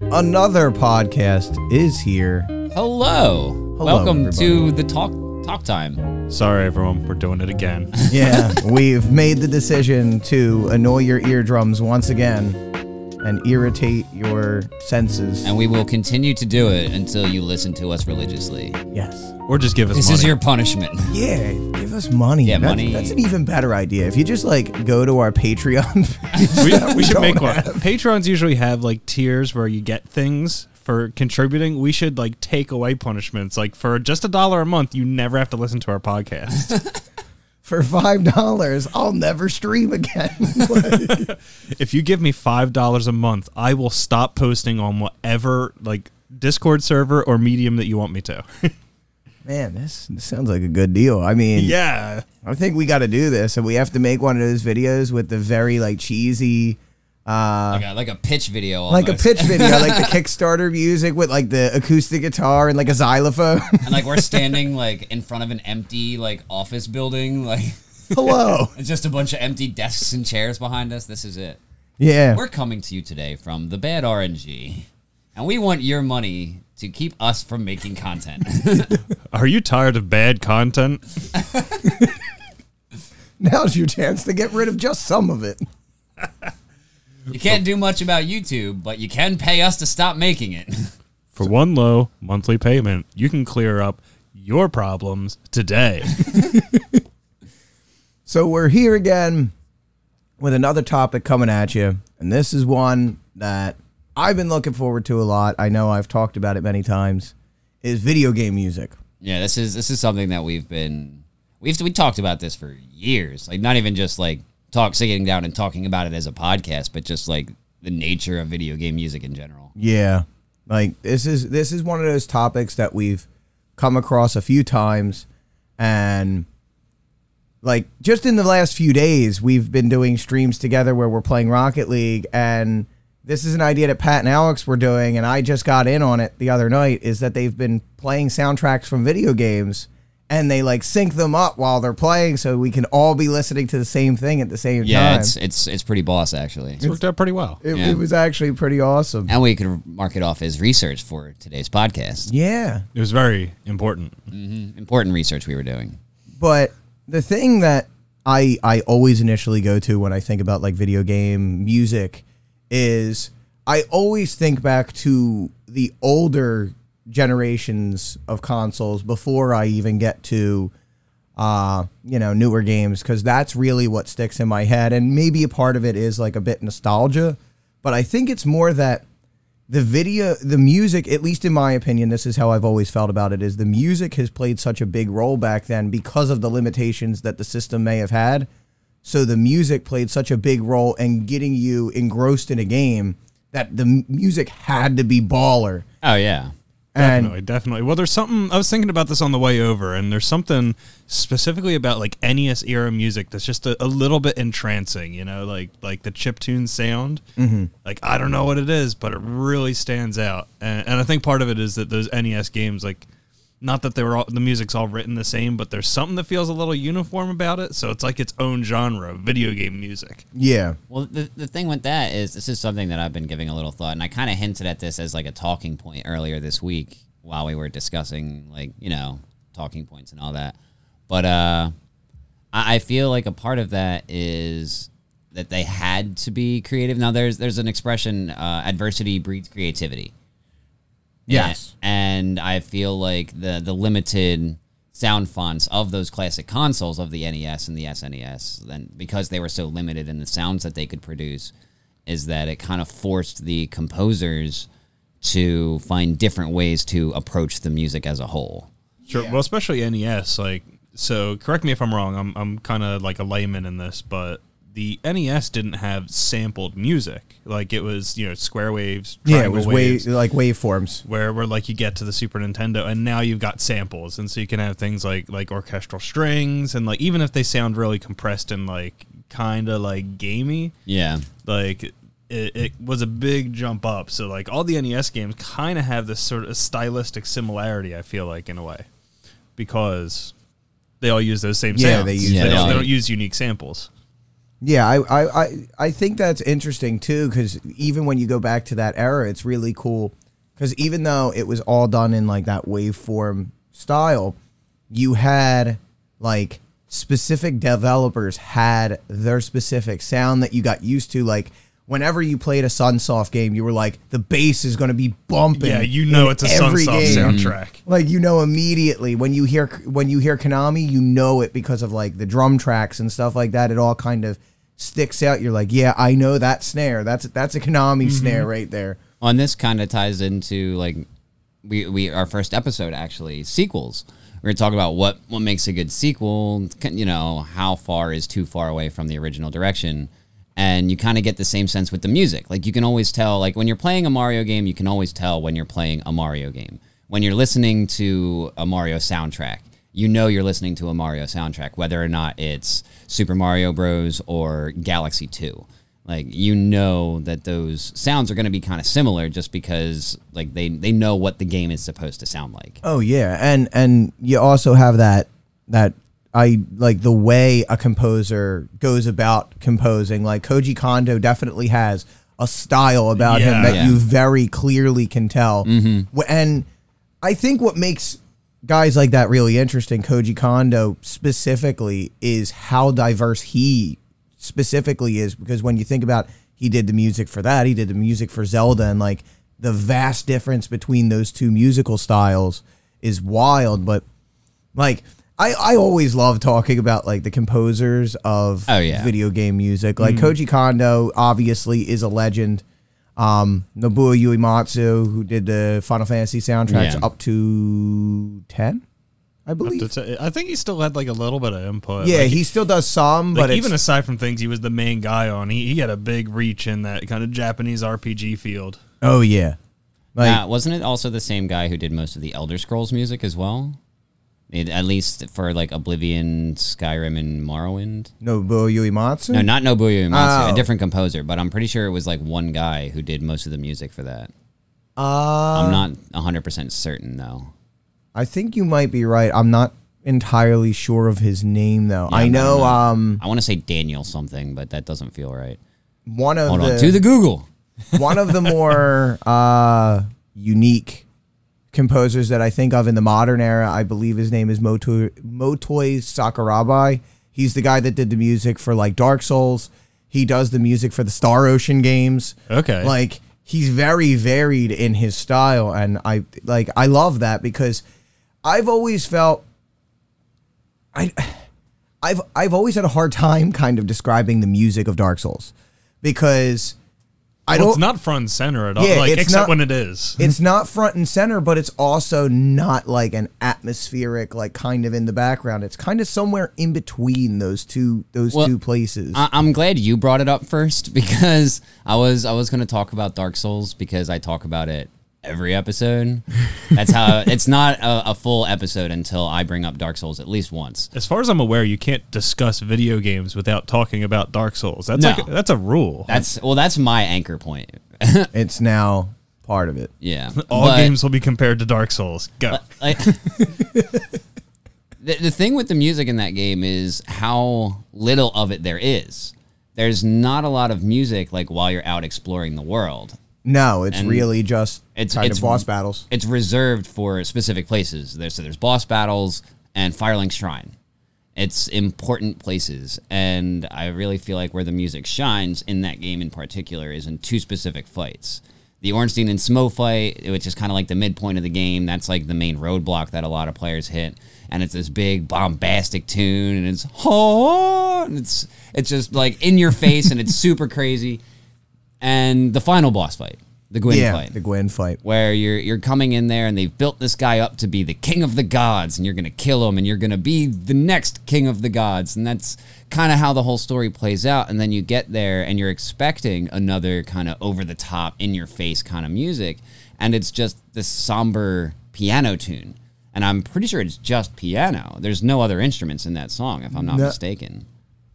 Another podcast is here. Hello. Welcome to the talk talk time. Sorry, everyone, we're doing it again. Yeah, we've made the decision to annoy your eardrums once again and irritate your senses. And we will continue to do it until you listen to us religiously. yes. or just give us This money. is your punishment. Yeah, give us money. Yeah, That's- money. That's an even better idea. If you just like go to our Patreon. we, we should don't make one. Patrons usually have like tiers where you get things for contributing. We should like take away punishments. Like for just a dollar a month, you never have to listen to our podcast. for five dollars, I'll never stream again. if you give me five dollars a month, I will stop posting on whatever like Discord server or medium that you want me to. Man, this, this sounds like a good deal. I mean, yeah. I think we got to do this, and we have to make one of those videos with the very like cheesy, uh, Like a, like a pitch video. like a almost. pitch video, like the Kickstarter music with like the acoustic guitar and like a xylophone. And like we're standing like in front of an empty like office building, like Hello, it's just a bunch of empty desks and chairs behind us. This is it. yeah, We're coming to you today from the bad RNG. And we want your money to keep us from making content. Are you tired of bad content? now's your chance to get rid of just some of it. you can't do much about YouTube, but you can pay us to stop making it. For one low monthly payment, you can clear up your problems today. So we're here again with another topic coming at you, and this is one that I've been looking forward to a lot. I know I've talked about it many times. Is video game music. Yeah, this is this is something that we've been we've we talked about this for years. Like not even just like talk sitting down and talking about it as a podcast, but just like the nature of video game music in general. Yeah. Like this is this is one of those topics that we've come across a few times and like just in the last few days we've been doing streams together where we're playing Rocket League and this is an idea that Pat and Alex were doing and I just got in on it the other night is that they've been playing soundtracks from video games and they like sync them up while they're playing so we can all be listening to the same thing at the same Yeah, time. it's it's it's pretty boss actually. It's worked out pretty well. It, yeah. it was actually pretty awesome. And we could mark it off as research for today's podcast. Yeah. It was very important. Important research we were doing. but the thing that I I always initially go to when I think about like video game music is I always think back to the older generations of consoles before I even get to uh, you know, newer games because that's really what sticks in my head. And maybe a part of it is like a bit nostalgia, but I think it's more that the video, the music, at least in my opinion, this is how I've always felt about it, is the music has played such a big role back then because of the limitations that the system may have had. So the music played such a big role in getting you engrossed in a game that the m- music had to be baller. Oh yeah. And Definitely, definitely. Well, there's something I was thinking about this on the way over, and there's something specifically about like NES era music that's just a, a little bit entrancing. You know, like like the chiptune sound. Mm-hmm. Like I don't know what it is, but it really stands out. And, and I think part of it is that those NES games, like, not that they were all the music's all written the same, but there's something that feels a little uniform about it. So it's like its own genre, of video game music. yeah, Well, the, the thing with that is this is something that I've been giving a little thought, and I kind of hinted at this as like a talking point earlier this week while we were discussing like you know talking points and all that. But uh, I, I feel like a part of that is that they had to be creative. Now there's there's an expression uh, adversity breeds creativity. Yes. And, and I feel like the the limited sound fonts of those classic consoles of the NES and the SNES, then because they were so limited in the sounds that they could produce, is that it kind of forced the composers to find different ways to approach the music as a whole. Sure. Well, especially NES. Like, so correct me if I'm wrong. I'm I'm kind of like a layman in this, but the NES didn't have sampled music. Like it was, you know, square waves. yeah, it triangle was waves, wave like waveforms. where where like you get to the Super Nintendo, and now you've got samples, and so you can have things like like orchestral strings, and like even if they sound really compressed and like kind of like gamey, Yeah. like it, it was a big jump up. So like all the NES games kind of have this sort of stylistic similarity. I feel like in a way because they all use those same Yeah, sounds. they use they, that. don't, they Yeah. don't use unique samples. Yeah, I, I, I, I think that's interesting too, because even when you go back to that era, it's really cool. Because even though it was all done in like that waveform style, you had like specific developers had their specific sound that you got used to. Like whenever you played a Sunsoft game, you were like, the bass is going to be bumping. Yeah, you know in it's a every Sunsoft game." soundtrack. like you know immediately when you hear when you hear Konami, you know it because of like the drum tracks and stuff like that. It all kind of sticks out. You're like, yeah, I know that snare. That's that's a Konami snare right there. on this kind of ties into like we, we our first episode actually sequels we were talking about what what makes a good sequel can- you know how far is too far away from the original direction and you kind of get the same sense with the music like you can always tell like when you're playing a mario game you can always tell when you're playing a mario game when you're listening to a mario soundtrack you know you're listening to a mario soundtrack whether or not it's super mario bros or galaxy 2 like you know that those sounds are going to be kind of similar just because like they they know what the game is supposed to sound like Oh yeah, and and you also have that that I like the way a composer goes about composing. Like Koji Kondo definitely has a style about him Yeah. that Yeah. you very clearly can tell. Mm-hmm. Wh- And I think what makes guys like that really interesting, Koji Kondo specifically, is how diverse he specifically is. Because when you think about he did the music for that, he did the music for Zelda, and like the vast difference between those two musical styles is wild. But like, I, I always love talking about like the composers of Oh, yeah. video game music. Like Mm. Koji Kondo obviously is a legend. Um, Nobuo Uematsu, who did the Final Fantasy soundtracks Yeah. up to ten, I believe. That's it. I think he still had like a little bit of input. yeah, Like, he still does some, like, but even it's, aside from things he was the main guy on, he, he had a big reach in that kind of Japanese RPG field. oh yeah, like Now, Uh, wasn't it also the same guy who did most of the elder scrolls music as well it, at least for like oblivion skyrim and morrowind Nobuo Uematsu. no not nobuo uematsu Hmm. Oh. a different composer but i'm pretty sure it was like one guy who did most of the music for that uh, i'm not 100% certain though I think you might be right. I'm not entirely sure of his name though. I no, know no. um i want to say daniel something but that doesn't feel right one of hold the, on to the google one of the more uh, unique composers that I think of in the modern era. I believe his name is Moto- Motoi Sakurabai. He's the guy that did the music for like Dark Souls. He does the music for the Star Ocean games. Okay. Like he's very varied in his style and I like I love that because I've always felt I I've I've always had a hard time kind of describing the music of Dark Souls because I Well, don't it's not front and center at all. Yeah, like it's except not- when it is. it's not front and center, but it's also not like an atmospheric, like kind of in the background. It's kind of somewhere in between those two those Well, two places. I, I'm glad you brought it up first because I was I was going to talk about Dark Souls because I talk about it every episode. That's how it's not a, a full episode until I bring up Dark Souls at least once. As far as I'm aware, you can't discuss video games without talking about Dark Souls. That's No. like that's a rule. That's well, that's my anchor point. it's now part of it. Yeah, all But- games will be compared to Dark Souls. Go. like the, the thing with the music in that game is how little of it there is. There's not a lot of music like while you're out exploring the world. No, it's And really just it's- kind it's- of boss battles. it's reserved for specific places. There's so there's boss battles and Firelink Shrine. It's important places, and I really feel like where the music shines in that game in particular is in two specific fights. The Ornstein and Smo fight, which is kind of like the midpoint of the game, that's like the main roadblock that a lot of players hit, and it's this big bombastic tune, and it's oh, and it's it's just like in your face, and it's super crazy. And the final boss fight, the Gwyn yeah, fight, the Gwen fight. where you're you're coming in there and they've built this guy up to be the king of the gods and you're going to kill him and you're going to be the next king of the gods and that's kind of how the whole story plays out and then you get there and you're expecting another kind of over the top in your face kind of music and it's just this somber piano tune and I'm pretty sure it's just piano there's no other instruments in that song if I'm not No. mistaken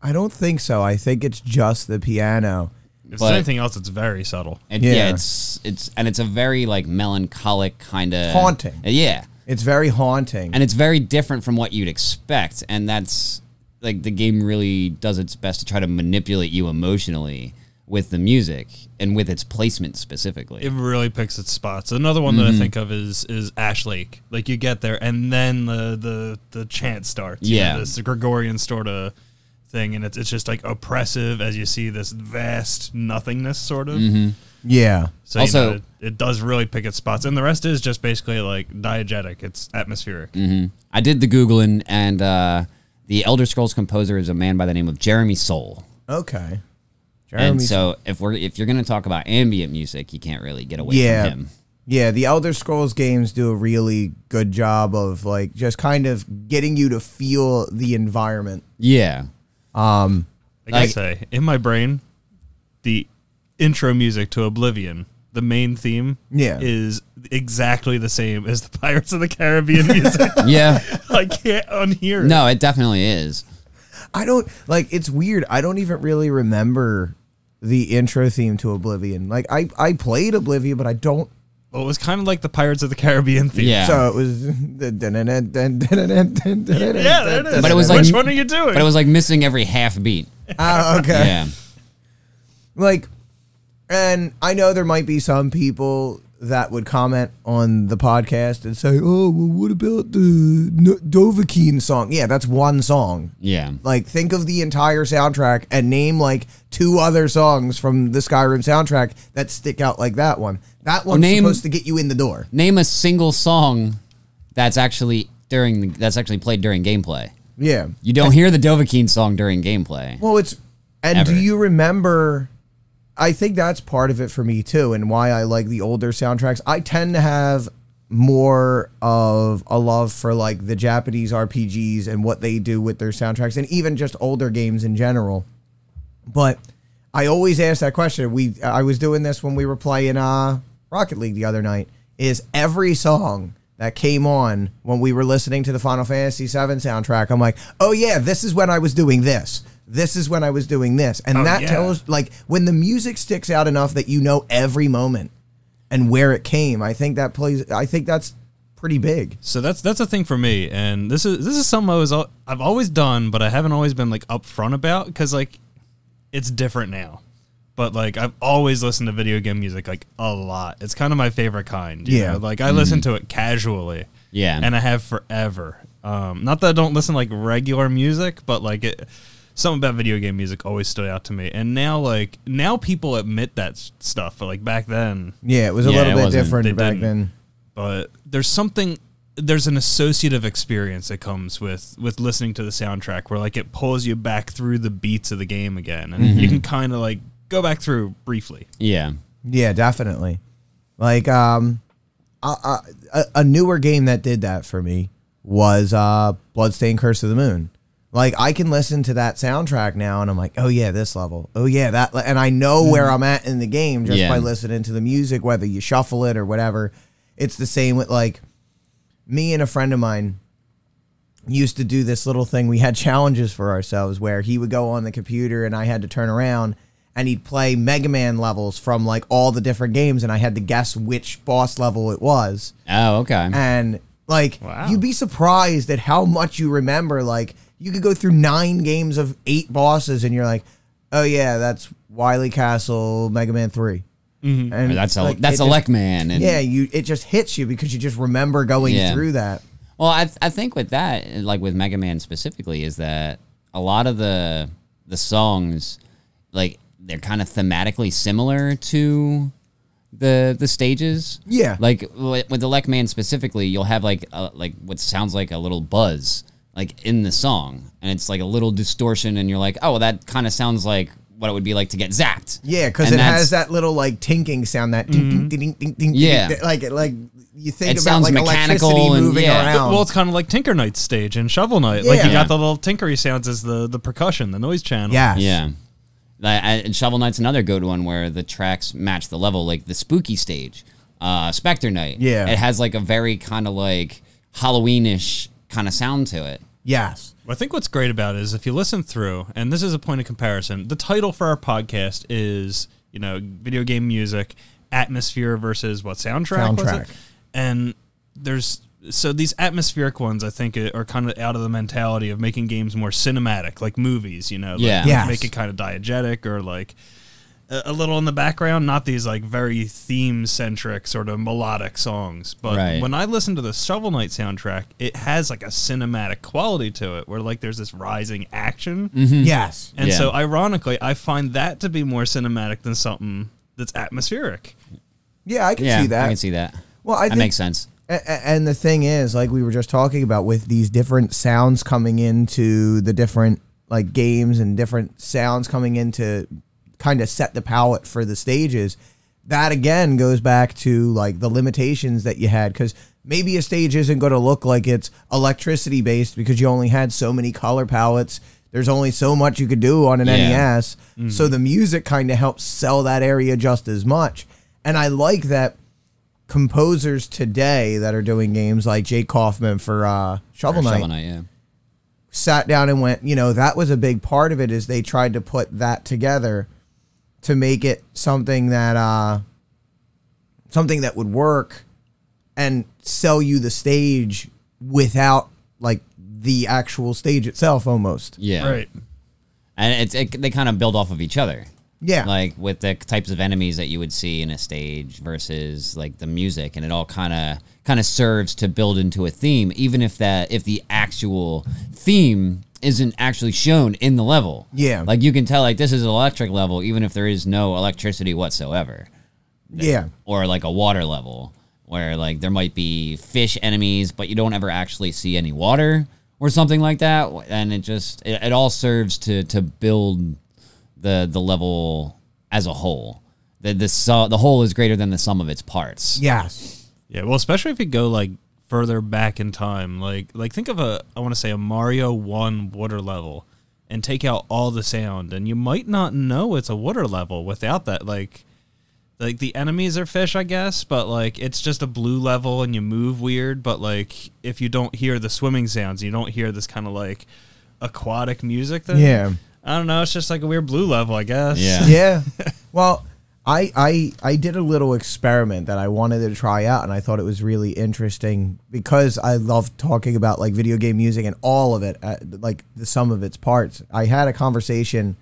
I don't think so. I think it's just the piano. if but- there's anything else, it's very subtle. and yeah. Yeah. it's it's and it's a very like melancholic kind of Haunting. yeah It's very haunting. and it's very different from what you'd expect and that's like the game really does its best to try to manipulate you emotionally with the music and with its placement specifically. it really picks its spots. Another one Mm-hmm. that I think of is is Ash Lake. Like you get there, and then the the the chant starts. you know, Yeah. this Gregorian sort of thing, and it's it's just like oppressive as you see this vast nothingness sort of. Yeah. So Mm-hmm. Also- you know, it, it does really pick its spots, and the rest is just basically like diegetic. It's atmospheric. I did the googling, and uh, the Elder Scrolls composer is a man by the name of Jeremy Soule. Okay. And Jeremy's- so, if we're if you're gonna talk about ambient music, you can't really get away yeah. from him. Yeah, the Elder Scrolls games do a really good job of like just kind of getting you to feel the environment. Yeah, Like, I Like- say, in my brain, the intro music to Oblivion, the main theme, Yeah. is exactly the same as the Pirates of the Caribbean music. yeah. I can't unhear it. No, it definitely is. I don't like it's weird. I don't even really remember the intro theme to Oblivion. Like I I played Oblivion, but I don't Well, it was kind of like the Pirates of the Caribbean theme. Yeah. So it was Yeah, Yeah, there it is. But it was Which like- one are you doing? But it was like missing every half beat. Oh, okay. Yeah. like and i know there might be some people that would comment on the podcast and say oh well what about the no- dovahkiin song yeah that's one song Yeah. like think of the entire soundtrack and name like two other songs from the skyrim soundtrack that stick out like that one that one's name- supposed to get you in the door Name a single song that's actually during the, that's actually played during gameplay. yeah You don't hear the Dovahkiin song during gameplay. Well, it's and Ever. do you remember? I think that's part of it for me too, and why I like the older soundtracks. I tend to have more of a love for like the Japanese RPGs and what they do with their soundtracks, and even just older games in general. But I always ask that question. We I was doing this when we were playing uh, Rocket League the other night. Is every song that came on when we were listening to the Final Fantasy VII soundtrack? I'm like, oh yeah, this is when I was doing this. This is when I was doing this, and Oh, that yeah. tells like when the music sticks out enough that you know every moment and where it came. I think that plays. I think that's pretty big. so that's that's a thing for me, and this is this is something I was al- I've always done, but I haven't always been like upfront about because like it's different now. But like I've always listened to video game music like a lot. It's kind of my favorite kind. you Yeah. know? Like I listen to it casually. Yeah. And I have forever. Um, not that I don't listen to, like regular music, but like it something about video game music always stood out to me. And now like now people admit that s- stuff, but like back then Yeah, it was a Yeah, little it bit wasn't- different they back didn't. then. but there's something there's an associative experience that comes with with listening to the soundtrack where like it pulls you back through the beats of the game again and you can kind of like go back through briefly Yeah. Yeah, definitely. Like um, I- I- a, a newer game that did that for me was uh, Bloodstained: Curse of the Moon. Like I can listen to that soundtrack now, and I'm like, oh yeah, this level. Oh yeah, that, le-. and I know where I'm at in the game just Yeah. by listening to the music, whether you shuffle it or whatever. It's the same with like me and a friend of mine used to do this little thing. We had challenges for ourselves where he would go on the computer and I had to turn around and he'd play Mega Man levels from like all the different games and I had to guess which boss level it was. Oh, okay. And like Wow. you'd be surprised at how much you remember. Like you could go through nine games of eight bosses and you're like, oh yeah, that's Wily Castle, Mega Man 3 And That's a like, that's it a just- Lek man. And Yeah, you it just hits you because you just remember going Yeah. through that. Well, I, I think with that, like with Mega Man specifically, is that a lot of the the songs, like they're kind of thematically similar to the the stages. Yeah. Like wi- with the Lek Man specifically, you'll have like a, like what sounds like a little buzz like in the song, and it's like a little distortion, and you're like, oh, that kind of sounds like what it would be like to get zapped. Yeah, because And it has that's- Mm-hmm. that little like tinking sound that ding, ding, ding, ding, ding, Yeah. ding, like it like you think It about sounds like mechanical electricity and- moving yeah. around. well it's kind of like tinker knight's stage and shovel knight like you Um, Yeah. got the little tinkery sounds as the the percussion the noise channel yes. Yeah. Like, I- and Shovel Knight's another good one where the tracks match the level, like the spooky stage, uh, Spectre Knight. Yeah. It has like a very kind of like Halloweenish kind of sound to it. Yes. I think what's great about it is if you listen through, and this is a point of comparison, the title for our podcast is, you know, video game music, atmosphere versus what soundtrack, was Soundtrack. it? And there's so these atmospheric ones, I think, are kind of out of the mentality of making games more cinematic, like movies. You know, like, Yeah. Yes. make it kind of diegetic or like a, a little in the background. Not these like very theme centric sort of melodic songs. But Right. when I listen to the Shovel Knight soundtrack, it has like a cinematic quality to it, where like there's this rising action. Yes. Mm-hmm. And Yeah. so, ironically, I find that to be more cinematic than something that's atmospheric. Yeah, I can Yeah, see that. I can see that. Well, I that think- makes sense. A- a- And the thing is, like we were just talking about, with these different sounds coming into the different like games and different sounds coming in to kind of set the palette for the stages. That again goes back to like the limitations that you had because maybe a stage isn't going to look like it's electricity based because you only had so many color palettes. There's only so much you could do on an Yeah. NES. So the music kind of helps sell that area just as much. And I like that composers today that are doing games like Jake Kaufman for uh, Shovel Or Knight Shovel Knight, yeah. sat down and went, you know, that was a big part of it is they tried to put that together to make it something that uh something that would work and sell you the stage without like the actual stage itself almost. Yeah. Right. And it's it, they kind of build off of each other. Yeah. Like with the types of enemies that you would see in a stage versus like the music and it all kind of kind of serves to build into a theme even if that if the actual theme isn't actually shown in the level. Yeah. Like you can tell like this is an electric level even if there is no electricity whatsoever. yeah. or like a water level where like there might be fish enemies but you don't ever actually see any water or something like that and it just it, it all serves to to build the the level as a whole the the su- the whole is greater than the sum of its parts Yes. Yeah. Well, especially if you go like further back in time, like like think of a I want to say a Mario One water level, and take out all the sound, and you might not know it's a water level without that. Like, like the enemies are fish, I guess, but like it's just a blue level, and you move weird. But like if you don't hear the swimming sounds, you don't hear this kind of like aquatic music. Then Yeah. I don't know. It's just like a weird blue level, I guess. Yeah. yeah. Well, I I I did a little experiment that I wanted to try out, and I thought it was really interesting because I love talking about like video game music and all of it, uh, like the sum of its parts. I had a conversation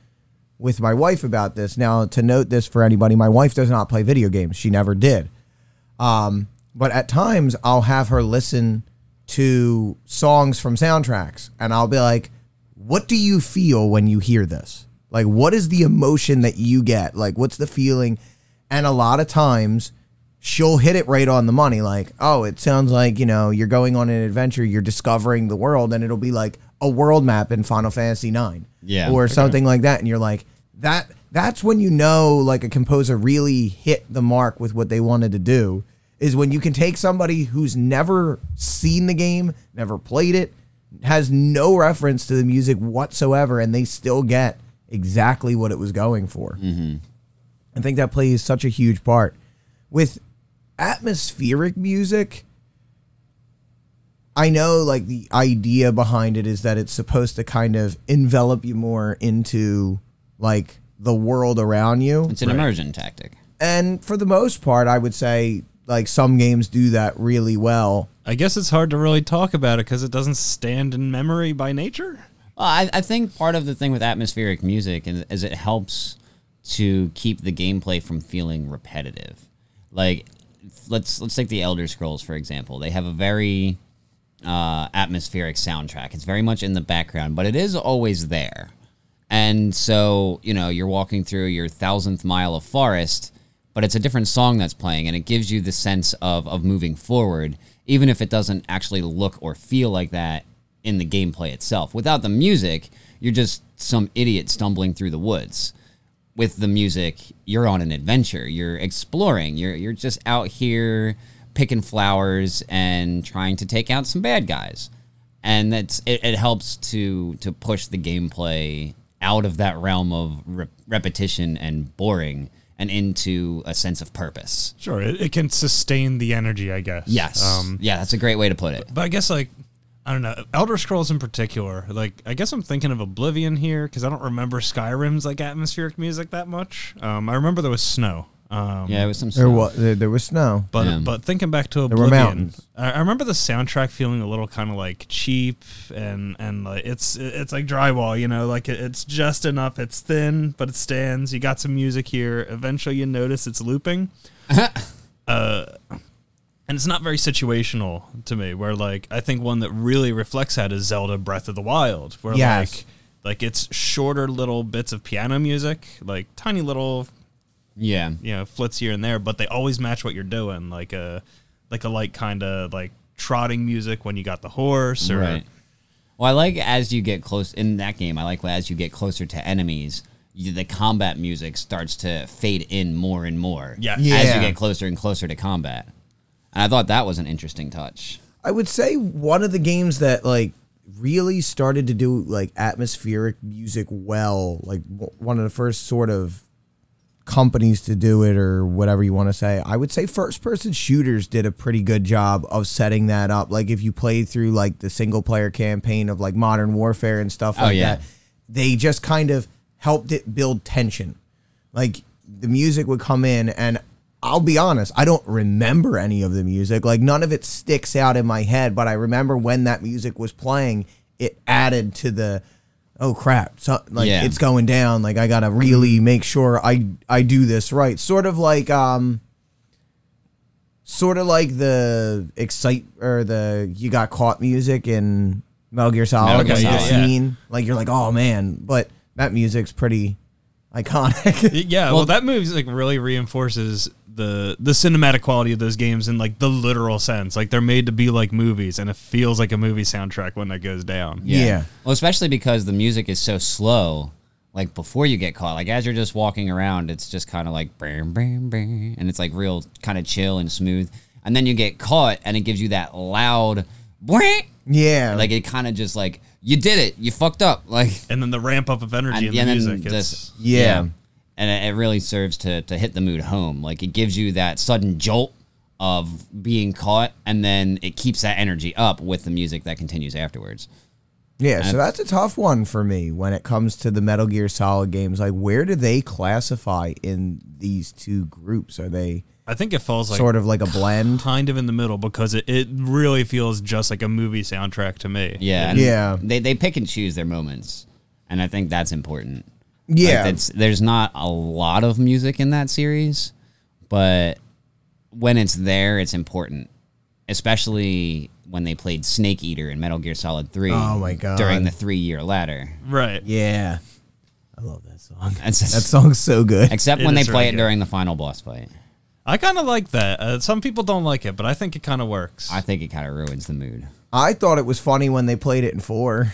with my wife about this. Now, to note this for anybody, my wife does not play video games. She never did. Um, but at times I'll have her listen to songs from soundtracks and I'll be like, what do you feel when you hear this? Like, what is the emotion that you get? Like, what's the feeling? And a lot of times she'll hit it right on the money. Like, oh, it sounds like, you know, you're going on an adventure, you're discovering the world, and it'll be like a world map in Final Fantasy IX Yeah. or something like that. And you're like, that that's when you know like a composer really hit the mark with what they wanted to do is when you can take somebody who's never seen the game, never played it, has no reference to the music whatsoever, and they still get exactly what it was going for. I think that plays such a huge part. With atmospheric music, I know like the idea behind it is that it's supposed to kind of envelop you more into like the world around you. it's an immersion tactic And for the most part, I would say like some games do that really well. I guess it's hard to really talk about it because it doesn't stand in memory by nature. Well, I, I think part of the thing with atmospheric music is, is it helps to keep the gameplay from feeling repetitive. Like, let's let's take the Elder Scrolls for example. They have a very uh, atmospheric soundtrack. It's very much in the background, but it is always there. And so, you know, you're walking through your thousandth mile of forest, but it's a different song that's playing, and it gives you the sense of, of moving forward, even if it doesn't actually look or feel like that in the gameplay itself. Without the music, you're just some idiot stumbling through the woods with the music, you're on an adventure. You're exploring. You're you're just out here picking flowers and trying to take out some bad guys. And that's it, it helps to to push the gameplay out of that realm of re- repetition and boring and into a sense of purpose. Sure, it, it can sustain the energy, I guess. Yes. Um, yeah, that's a great way to put it. but I guess like I don't know Elder Scrolls in particular. Like I guess I'm thinking of Oblivion here because I don't remember Skyrim's like atmospheric music that much. Um, I remember there was snow. Um, Yeah, it was some. There snow. was there, there was snow. But Yeah. but thinking back to were Oblivion, mountains. I, I remember the soundtrack feeling a little kind of like cheap and and like it's it's like drywall, you know, like it, it's just enough. It's thin, but it stands. You got some music here. Eventually, you notice it's looping. uh, and it's not very situational to me. Where like I think one that really reflects that is Zelda Breath of the Wild, where Yes. like like it's shorter little bits of piano music, like tiny little Yeah, you know flits here and there, but they always match what you're doing, like a like a light kind of like trotting music when you got the horse, or right. Well, I like as you get close in that game. I like as you get closer to enemies, you, the combat music starts to fade in more and more. Yeah. as Yeah. you get closer and closer to combat, and I thought that was an interesting touch. I would say one of the games that like really started to do like atmospheric music well, like w- one of the first sort of companies to do it or whatever you want to say. I would say first person shooters did a pretty good job of setting that up. Like if you played through like the single player campaign of like Modern Warfare and stuff like yeah. that, they just kind of helped it build tension. Like the music would come in and I'll be honest, I don't remember any of the music. Like none of it sticks out in my head, but I remember when that music was playing, it added to the oh crap. So like Yeah. it's going down. Like I gotta really make sure I I do this right. Sort of like um, sort of like the excite or the you got caught music in Metal Gear Solid. Metal Gear like Solid, the yeah. scene, like you're like oh man, but that music's pretty iconic. Y- yeah. Well, that moves like really reinforces the the cinematic quality of those games in like the literal sense. Like they're made to be like movies, and it feels like a movie soundtrack when that goes down. Yeah. Well, especially because the music is so slow. Like before you get caught, like as you're just walking around, it's just kind of like bam, bam, bam, and it's like real kind of chill and smooth. And then you get caught, and it gives you that loud, "Bwah!" yeah, like it kind of just like you did it, you fucked up, like And then the ramp up of energy in yeah, the then music. It's, just- Yeah. and it, it really serves to to hit the mood home. Like it gives you that sudden jolt of being caught, and then it keeps that energy up with the music that continues afterwards. Yeah, so that's a tough one for me when it comes to the Metal Gear Solid games. Like, where do they classify in these two groups? Are they I think it falls like sort of like a blend? kind of in the middle because it, it really feels just like a movie soundtrack to me. Yeah. and Yeah. They they pick and choose their moments, and I think that's important. Like, Yeah, that's- there's not a lot of music in that series, but when it's there, it's important. Especially when they played Snake Eater in Metal Gear Solid Three. Oh my God. During the three year ladder, Right. yeah. I love that song. That's- That song's so good. except It when they is play really it good. during the final boss fight. I kind of like that. Uh, some people don't like it, but I think it kind of works. I think it kind of ruins the mood. I thought it was funny when they played it in four,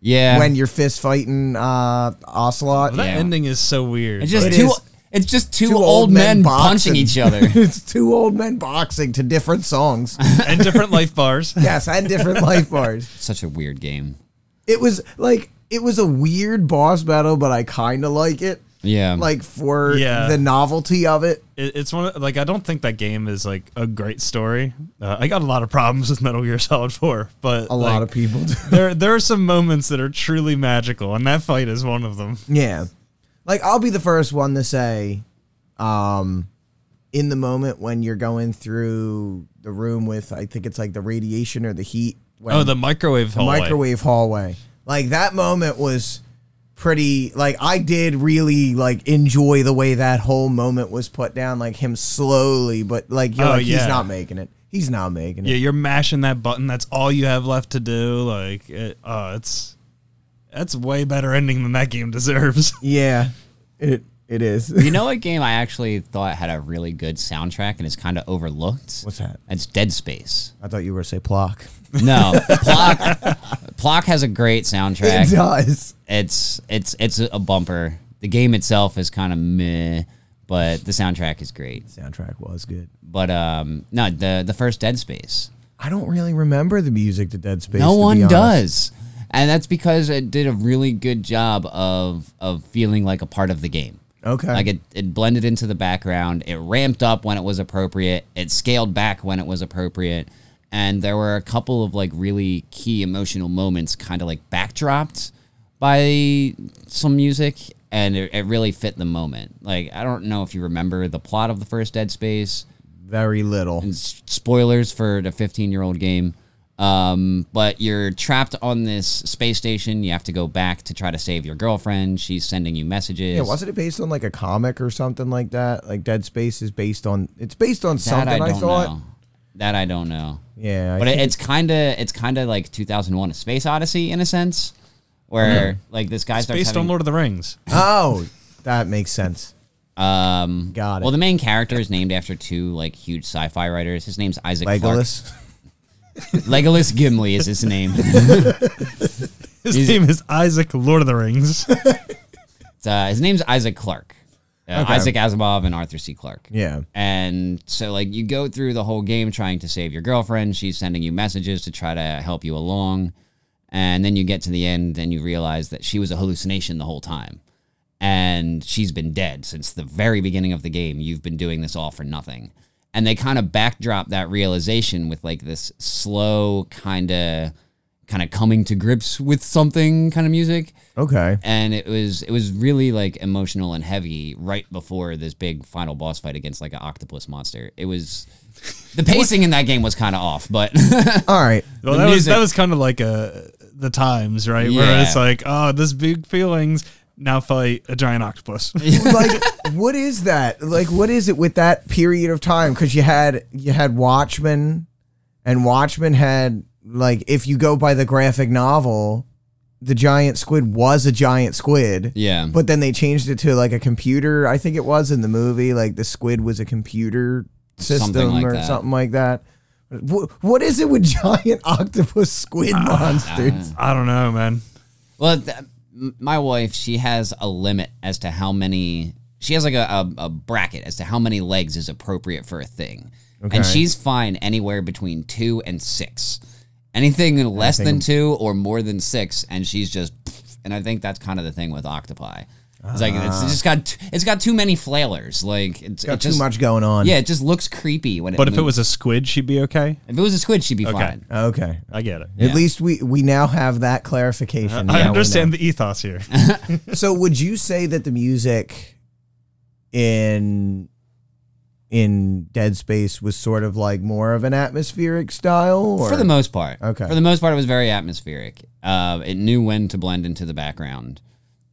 Yeah, when you're fist fighting uh, Ocelot. that Yeah. ending is so weird. it's just It two. is- it's just two, Two old, men, punching boxing. each other. it's two old men boxing to different songs. like- and different life bars. yes, and different life bars. Such a weird game. It was like it was a weird boss battle, but I kind of like it. Yeah, like for Yeah. the novelty of it. It, it's one of, like I don't think that game is like a great story. Uh, I got a lot of problems with Metal Gear Solid Four, but A lot of people do. there there are some moments that are truly magical, and that fight is one of them. Yeah. Like I'll be the first one to say, um, in the moment when you're going through the room with I think it's like the radiation or the heat when Oh, the microwave hallway. microwave hallway. Like that moment was pretty like I did really like enjoy the way that whole moment was put down, like him slowly, but like you're Oh, like yeah. he's not making it. He's not making it. Yeah, you're mashing that button. That's all you have left to do. Like, it, uh, it's that's way better ending than that game deserves. Yeah. It it is. You know what game I actually thought had a really good soundtrack and is kind of overlooked? What's that? It's Dead Space. I thought you were gonna say Plock. No, Plock. Plock has a great soundtrack. It does. It's it's it's a bumper. The game itself is kind of meh, but the soundtrack is great. Soundtrack was good. But um, no, the the first Dead Space. I don't really remember the music to Dead Space. No to be one honest. does, and that's because it did a really good job of of feeling like a part of the game. Okay. Like it, it blended into the background. It ramped up when it was appropriate. It scaled back when it was appropriate. And there were a couple of like really key emotional moments kind of like backdropped by some music. and it, it really fit the moment. Like I don't know if you remember the plot of the first Dead Space. Very little. S- Spoilers for the 15 year old game. Um, but you're trapped on this space station. You have to go back to try to save your girlfriend. She's sending you messages. Yeah, wasn't it based on like a comic or something like that? Like Dead Space is based on it's based on that something. I, I don't thought. know. That I don't know. Yeah, I but think- it, it's kind of it's kind of like 2001: A Space Odyssey in a sense, where like this guy starts Based on having, Lord of the Rings. oh, that makes sense. um Got it. Well, the main character is named after two like huge sci-fi writers. His name's Isaac Legolas. Clarke. Legolas Gimli is his name. His name is Isaac Lord of the Rings. It's, uh, his name's Isaac Clarke. Uh, Okay. Isaac Asimov and Arthur C. Clarke. Yeah. And so, like, you go through the whole game trying to save your girlfriend. She's sending you messages to try to help you along. And then you get to the end and you realize that she was a hallucination the whole time. And she's been dead since the very beginning of the game. You've been doing this all for nothing. And they kind of backdrop that realization with like this slow kind of kind of coming to grips with something kind of music Okay. and it was it was really like emotional and heavy right before this big final boss fight against like an octopus monster. It was the pacing in that game was kind of off, but All right. Well, The that was music- that was kind of like uh the times, right? Where Yeah. it's like, oh, this big feelings now fight a giant octopus. like what is that? Like what is it with that period of time cuz you had you had Watchmen and Watchmen had like if you go by the graphic novel the giant squid was a giant squid. yeah, But then they changed it to like a computer. I think it was in the movie. Like the squid was a computer system Something like or that. something like that. What, what is it with giant octopus squid Ah, monsters? I don't know, man. well, th- m- my wife she has a limit as to how many she has like a, a, a bracket as to how many legs is appropriate for a thing, Okay. and she's fine anywhere between two and six. Anything less than two or more than six, and she's just. And I think that's kind of the thing with octopi. It's like it's just got t- it's got too many flailers. Like it's Got it too just- much going on. Yeah, it just looks creepy when it. But if it moves. was a squid, she'd be okay. if it was a squid, she'd be fine. Okay. I get it. At least we we now have that clarification. Now I we understand the ethos here. know. So would you say that the music in in Dead Space was sort of like more of an atmospheric style? Or? For the most part. Okay. For the most part, it was very atmospheric. Uh, it knew when to blend into the background,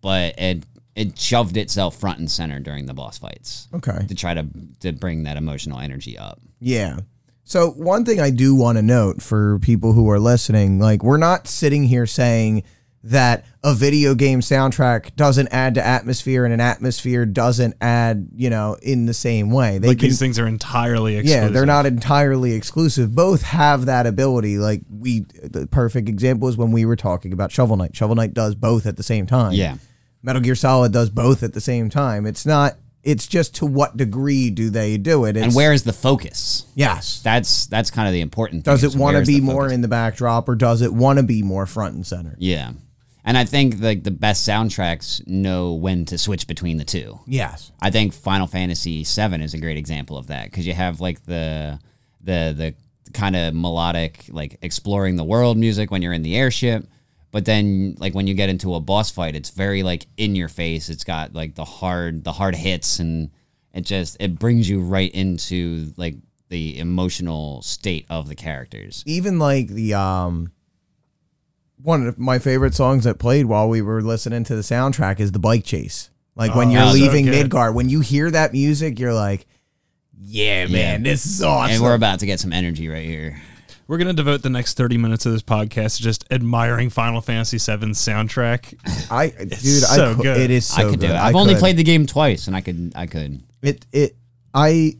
but it it shoved itself front and center during the boss fights okay. to try to to bring that emotional energy up. Yeah. So one thing I do want to note for people who are listening, like we're not sitting here saying that a video game soundtrack doesn't add to atmosphere and an atmosphere doesn't add, you know, in the same way. They Like can these things are entirely exclusive. yeah, they're not entirely exclusive. Both have that ability. Like we the perfect example is when we were talking about Shovel Knight. Shovel Knight does both at the same time. Yeah. Metal Gear Solid does both at the same time. It's not it's just to what degree do they do it? It's, And where is the focus? Yes. That's that's kind of the important. thing. Does it is want to where is be the more focus. in the backdrop or does it want to be more front and center? Yeah, and I think like the best soundtracks know when to switch between the two. Yes. I think Final Fantasy VII is a great example of that because you have like the the the kind of melodic like exploring the world music when you're in the airship, but then like when you get into a boss fight, it's very like in your face. It's got like the hard the hard hits and it just it brings you right into like the emotional state of the characters. Even like the um one of my favorite songs that played while we were listening to the soundtrack is the bike chase. Like when you're Oh, so leaving good. Midgar, when you hear that music, you're like, "Yeah, man, this is And we're awesome." about to get some energy right here. We're gonna devote the next thirty minutes of this podcast to just admiring Final Fantasy VII's soundtrack. I, dude, I so cou- good. it is so I could good. do it. I've only could. played the game twice, and I could I could. it. It, I,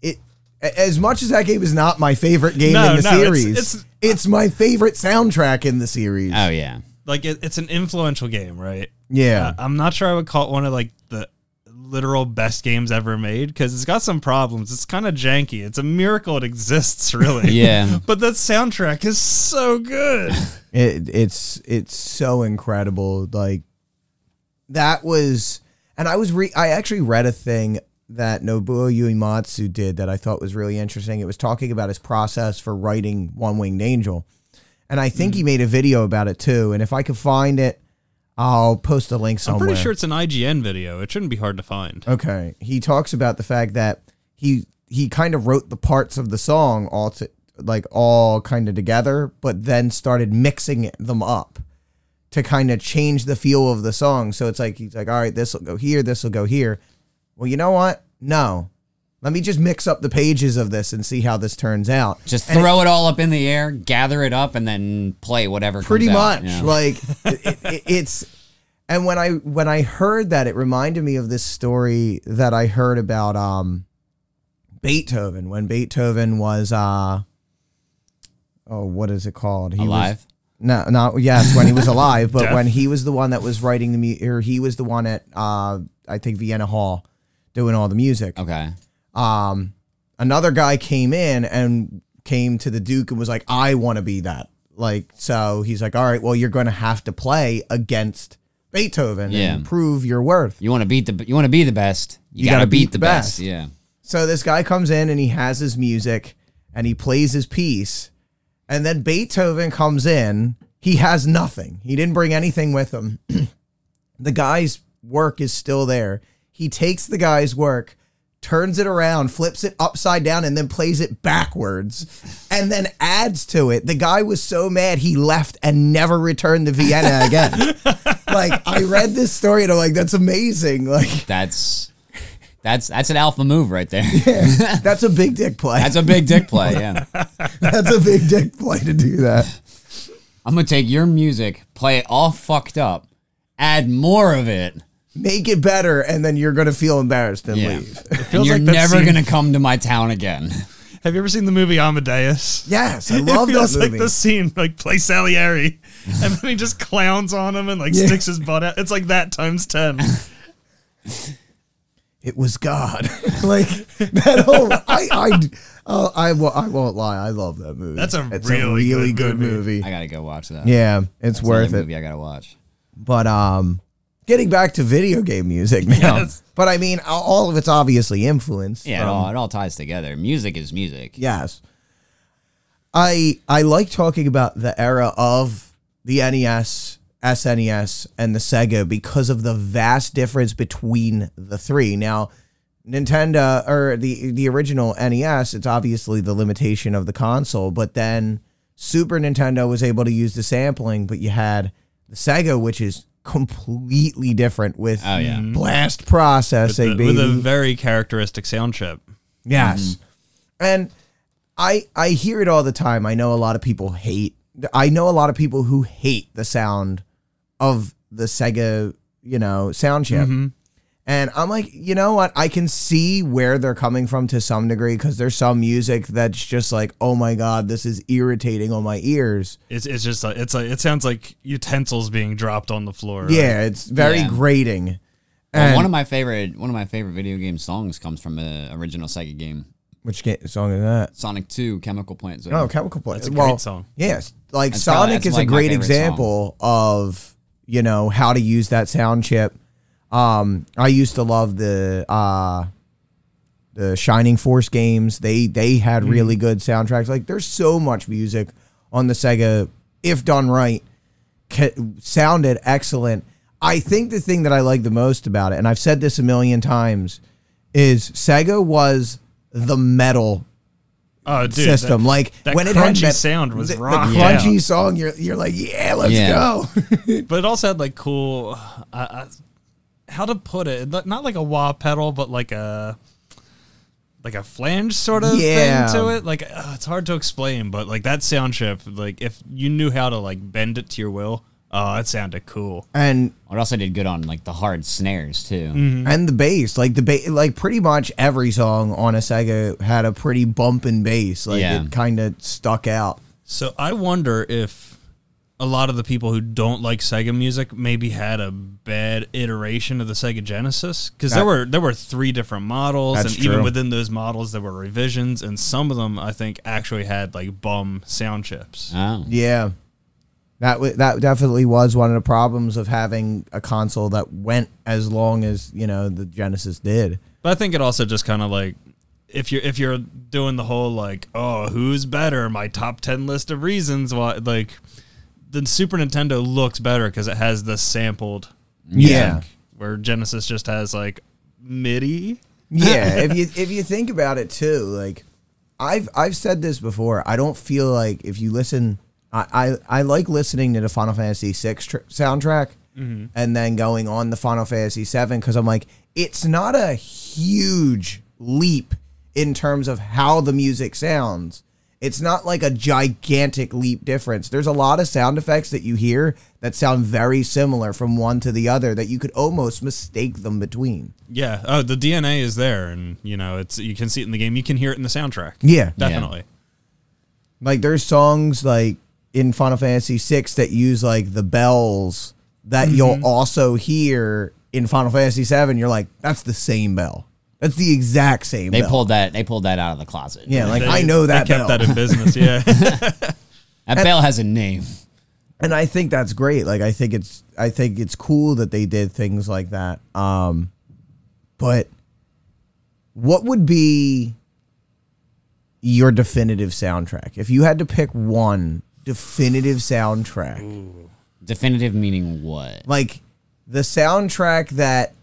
it. a- As much as that game is not my favorite game No, in the no, it's- series, it's- it's my favorite soundtrack in the series. Oh yeah. Like it, it's an influential game, right? yeah, Uh, I'm not sure I would call it one of like the literal best games ever made because it's got some problems. It's kind of janky. It's a miracle it exists, really. Yeah. But that soundtrack is so good. It, it's it's so incredible. Like that was, and I was re I actually read a thing that Nobuo Uematsu did that I thought was really interesting. It was talking about his process for Mm. writing One Winged Angel, and I think he made a video about it too. And if I could find it, I'll post a link somewhere. I'm pretty sure it's an IGN video. It shouldn't be hard to find. Okay. He talks about the fact that he he kind of wrote the parts of the song all to like all kind of together, but then started mixing them up to kind of change the feel of the song. So it's like he's like, all right, this will go here, this will go here. Well, you know what? No. Let me just mix up the pages of this and see how this turns out. Just And throw it, all up in the air, gather it up, and then play whatever. pretty comes much out, you know? like it, it, it's and when i when i heard that it reminded me of this story that i heard about um beethoven when beethoven was uh oh what is it called he alive. was no not yes when he was alive but when he was the one that was writing the mu- or he was the one at uh i think vienna hall doing all the music okay. um, another guy came in and came to the Duke and was like, I want to be that. Like, so he's like, all right, well, you're going to have to play against Beethoven Yeah. and prove your worth. You want to beat the. You want to be the best. You, gotta, beat, the best. Yeah. So this guy comes in and he has his music and he plays his piece. And then Beethoven comes in. He has nothing. He didn't bring anything with him. the guy's work is still there. He takes the guy's work, turns it around, flips it upside down, and then plays it backwards and then adds to it. The guy was so mad he left and never returned to Vienna again. like, I read this story and I'm like, that's amazing. Like, That's that's that's an alpha move right there. that's a big dick play. That's a big dick play. Yeah. That's a big dick play to do that. I'm gonna take your music, play it all fucked up, add more of it, Make it better, and then you're gonna feel embarrassed and Yeah. leave. and feels you're like that never scene- gonna come to my town again. Have you ever seen the movie Amadeus? Yes, I love that it feels movie. like the scene, like play Salieri, and then he just clowns on him and like Yeah. sticks his butt out. It's like that times ten. It was God. like that whole. I I uh, I, wo- I won't lie. I love that movie. That's a really good movie. I gotta go watch that. Yeah, it's It's another worth it. Movie I gotta watch. But um, getting back to video game music now. Yes. But I mean, a- all of it's obviously influenced. Yeah, it, from- all, it all ties together. Music is music. Yes. I I like talking about the era of the E NES, SNES, E and the Sega because of the vast difference between the three. Now, Nintendo or the the original NES, it's obviously the limitation of the console, but then Super Nintendo was able to use the sampling, but you had the Sega, which is completely different with Oh, yeah. blast processing, baby. with a very characteristic sound chip. Yes. Mm-hmm. And I I hear it all the time. I know a lot of people hate I know a lot of people who hate the sound of the Sega, you know, sound chip. Mm-hmm. And I'm like, you know what? I can see where they're coming from to some degree because there's some music that's just like, oh my god, this is irritating on my ears. It's it's just like it's like it sounds like utensils being dropped on the floor. Yeah, it's very Yeah. grating. Well, And one of my favorite one of my favorite video game songs comes from an original Sega game, which ga- song is that? Sonic Two, Chemical Plant Zone. Oh, Chemical Play. That's a well, great song. Yes, like That's probably- Sonic that's is like a my great favorite song. example of you know how to use that sound chip. Um, I used to love the uh, the Shining Force games. They they had Mm-hmm. really good soundtracks. Like there's so much music on the Sega if done right ca- sounded excellent. I think the thing that I like the most about it, and I've said this a million times, is Sega was the metal Oh, dude, system. that- like that when it had crunchy that- sound was the, the rock. crunchy Yeah. song. You're you're like, yeah, let's Yeah. go. but it also had like cool. Uh, uh, how to put it? Not not like a wah pedal, but like a like a flange sort of Yeah. thing to it. Like uh, it's hard to explain, but like that sound chip, like if you knew how to like bend it to your will, oh, that sounded cool. and It also did good on like the hard snares too. Mm-hmm. and the bass, like the ba- like pretty much every song on a Sega had a pretty bumping bass. Like Yeah. it kind of stuck out. So I wonder if a lot of the people who don't like Sega music maybe had a bad iteration of the Sega Genesis because there That- were there were three different models, That's and even true. within those models there were revisions, and some of them I think actually had like bum sound chips. Oh. Yeah. That, w- that definitely was one of the problems of having a console that went as long as you know the Genesis did. But I think it also just kind of like if you're if you're doing the whole like oh who's better my top ten list of reasons why like the Super Nintendo looks better because it has the sampled, Yeah. where Genesis just has like MIDI. yeah if you if you think about it too like i've i've said this before i don't feel like if you listen i i, I like listening to the final fantasy 6 tr- soundtrack and then going on the final fantasy 7 because i'm like it's not a huge leap in terms of how the music sounds it's not like a gigantic leap difference. There's a lot of sound effects that you hear that sound very similar from one to the other that you could almost mistake them between. Yeah. Oh, the DNA is there, and you know it's you can see it in the game. You can hear it in the soundtrack. Yeah. Definitely. Like there's songs like in Final Fantasy VI that use like the bells that you'll also hear in Final Fantasy VII. You're like, that's the same bell. That's the exact same. They bell. pulled that. They pulled that out of the closet. Yeah, like They- I know that they bell, kept that in business. Yeah. that bell has a name. and I think that's great. Like I think it's I think it's cool that they did things like that. Um, but what would be your definitive soundtrack if you had to pick one definitive soundtrack? Definitive meaning what? like the soundtrack that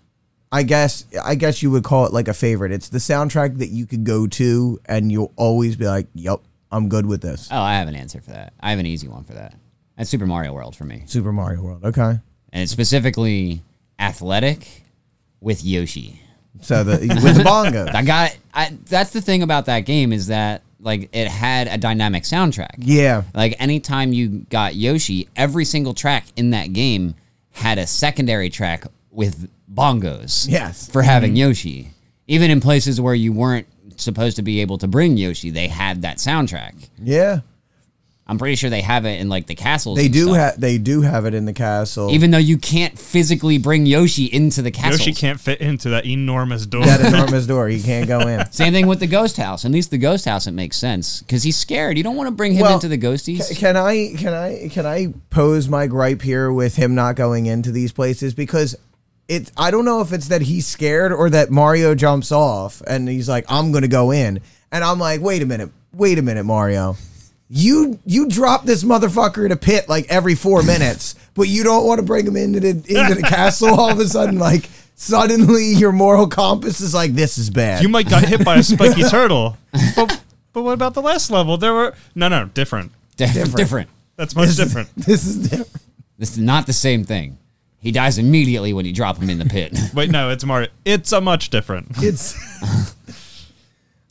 I guess I guess you would call it like a favorite. It's the soundtrack that you could go to and you'll always be like, "Yep, I'm good with this." Oh, I have an answer for that. I have an easy one for that. That's Super Mario World for me, Super Mario World. Okay. and it's specifically athletic with Yoshi. So the with the bongo. I got. I, that's the thing about that game is that like it had a dynamic soundtrack. Yeah. Like anytime you got Yoshi, every single track in that game had a secondary track with bongos. Yes. Mm-hmm. For having Yoshi. Even in places where you weren't supposed to be able to bring Yoshi, they had that soundtrack. Yeah. I'm pretty sure they have it in like the castles. They and do stuff. have they do have it in the castle. even though you can't physically bring Yoshi into the castle. Yoshi can't fit into that enormous door. that enormous door, he can't go in. Same thing with the ghost house. At least the ghost house, it makes sense because he's scared. You don't want to bring him Well, into the ghosties. Ca- Can I can I can I pose my gripe here with him not going into these places because it I don't know if it's that he's scared or that Mario jumps off and he's like I'm going to go in and I'm like wait a minute wait a minute Mario you you drop this motherfucker in a pit like every 4 minutes but you don't want to bring him into the into the castle all of a sudden like suddenly your moral compass is like this is bad You might got hit by a spiky turtle. But, but what about the last level? There were no, no, different. different. different. That's much different. this is different This is not the same thing. He dies immediately when you drop him in the pit. Wait, no, it's Mario. It's a much different. it's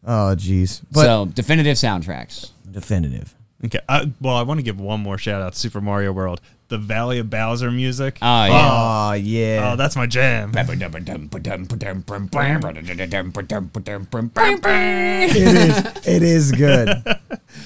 Oh jeez but so definitive soundtracks. definitive Okay. I, well, I want to give one more shout out to Super Mario World. The Valley of Bowser music. Oh yeah. Oh yeah. Oh, that's my jam. it is. It is good.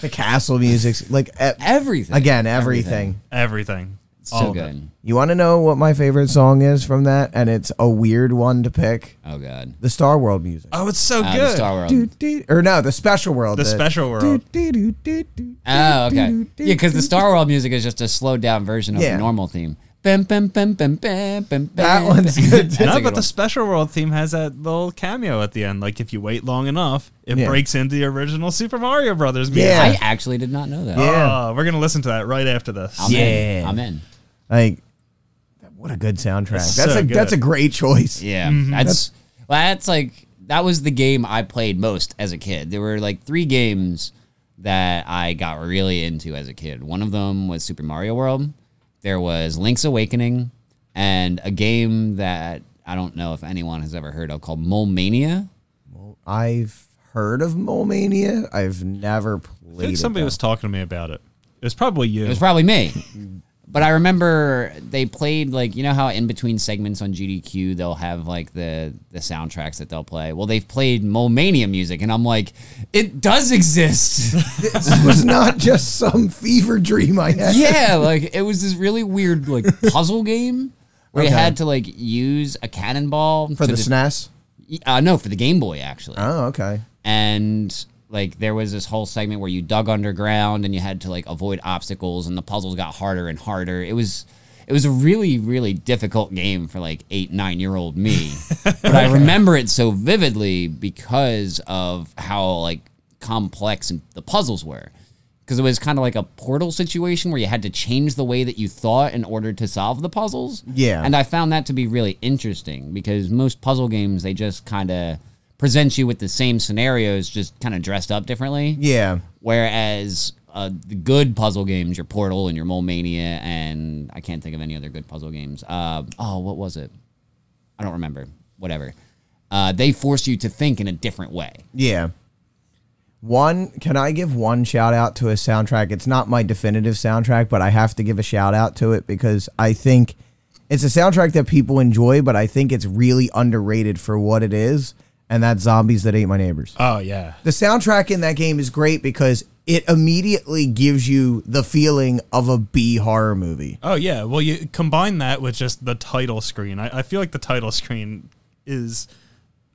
the castle music's like e- Everything. again everything. Everything. All So of it. good. You want to know what my favorite song is from that, and it's a weird one to pick. Oh god. The Star World music. Oh, it's so Uh, the good. Star World. Do, do, or no, the Special World. The Special World. do, do, do, do, Oh, okay. do, do, Yeah, because the Star World music is just a slowed down version of Yeah. the normal theme. Bam, bam, bam, bam, bam, bam, That bam. one's good, That's too. a no, but good the Special World theme has that little cameo at the end. Like if you wait long enough, it Yeah. breaks into the original Super Mario Brothers music. Yeah. one. I actually did not know that. Yeah. Oh, we're gonna listen to that right after this. I'm in. Yeah. I'm in. Like, what a good soundtrack. It's that's so a that's a good. great choice. Yeah, Mm-hmm. that's well, that's like that was the game I played most as a kid. There were like three games that I got really into as a kid. One of them was Super Mario World. There was Link's Awakening, and a game that I don't know if anyone has ever heard of called Mole Mania. I've heard of Mole Mania. I've never played. I think it, somebody though. was talking to me about it. It was probably you. It was probably me. But I remember they played like you know how in between segments on GDQ they'll have like the the soundtracks that they'll play. Well, they've played Mole Mania music, and I'm like, it does exist. This was not just some fever dream I had. yeah, like it was this really weird like puzzle game where you Okay. had to like use a cannonball For the to de- SNES. Uh, no, for the Game Boy actually, Oh, okay. and like there was this whole segment where you dug underground and you had to like avoid obstacles, and the puzzles got harder and harder. It was. It was a really, really difficult game for like eight, nine year old me. but I remember it so vividly because of how like complex the puzzles were. because it was kind of like a portal situation where you had to change the way that you thought in order to solve the puzzles. Yeah. And I found that to be really interesting because most puzzle games, they just kind of present you with the same scenarios, just kind of dressed up differently. Yeah. Whereas uh, the good puzzle games, your Portal and your Mole Mania, and I can't think of any other good puzzle games. Uh, oh, what was it? I don't remember. Whatever. Uh, they force you to think in a different way. Yeah. One, can I give one shout out to a soundtrack? It's not my definitive soundtrack, but I have to give a shout out to it because I think it's a soundtrack that people enjoy, but I think it's really underrated for what it is, and that's Zombies That Ate My Neighbors. Oh yeah. The soundtrack in that game is great because it immediately gives you the feeling of a B horror movie. Oh yeah. Well, you combine that with just the title screen. I, I feel like the title screen is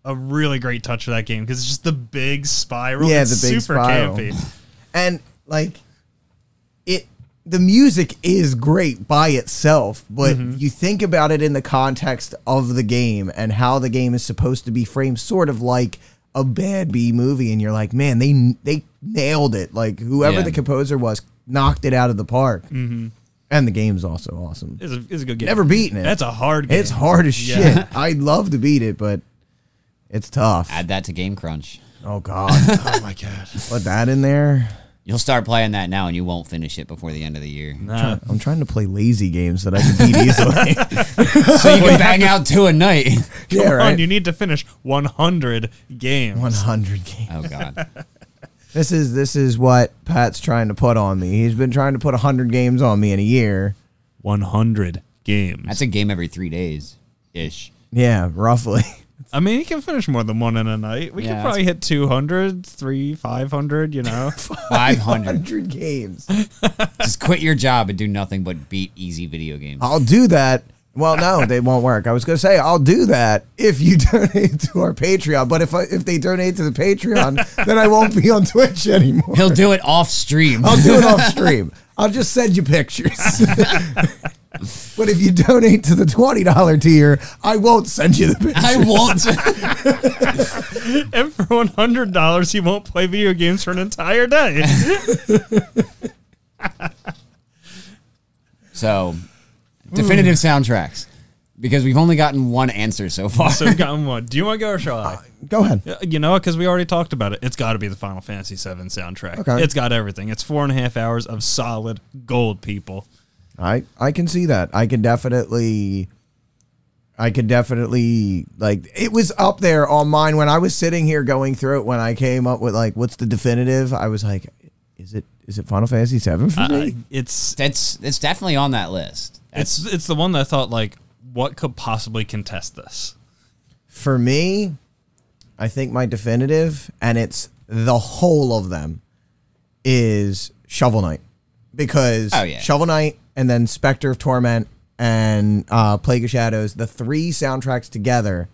a really great touch of that game because it's just the big spiral. Yeah, It's the big super spiral. campy. and like it the music is great by itself but you think about it in the context of the game and how the game is supposed to be framed sort of like a bad B movie and you're like man they they nailed it like whoever Yeah. the composer was knocked it out of the park mm-hmm. and the game's also awesome It's a, it's a good game. never beaten it That's a hard game. it's hard as Yeah. shit I'd love to beat it but it's tough Add that to Game Crunch. oh god Oh my god. put that in there You'll start playing that now, and you won't finish it before the end of the year. Nah. I'm trying to play lazy games that I can beat easily So you can bang out two a night. yeah, Come on, you need to finish 100 games. One hundred games. Oh God. This is this is what Pat's trying to put on me. He's been trying to put hundred games on me in a year. 100 games. That's a game every three days, ish. Yeah, roughly. I mean, you can finish more than one in a night. We Yeah, could that's- probably hit 200, 3, 500, you know. Five hundred. Hundred games. Just quit your job and do nothing but beat easy video games. I'll do that. Well, no, they won't work. I was gonna say I'll do that if you donate to our Patreon. But if I, if they donate to the Patreon, then I won't be on Twitch anymore. He'll do it off stream. I'll do it off stream. I'll just send you pictures. but if you donate to the twenty dollar tier, I won't send you the pictures. I won't. and for $100, he won't play video games for an entire day. So, definitive soundtracks because we've only gotten one answer so far. so we've gotten one. Do you want to go or shall I? Go ahead. Uh, You know, because we already talked about it. It's got to be the Final Fantasy VII soundtrack. Okay. It's got everything. It's four and a half hours of solid gold, people. I I can see that. I can definitely I could definitely like it was up there on mine when I was sitting here going through it when I came up with like what's the definitive? I was like is it is it Final Fantasy 7 for Uh, me? it's That's it's definitely on that list. it's it's the one that I thought like, what could possibly contest this? For me, I think my definitive and it's the whole of them is Shovel Knight because Oh, yeah. Shovel Knight and then Specter of Torment and uh, Plague of Shadows, the three soundtracks together,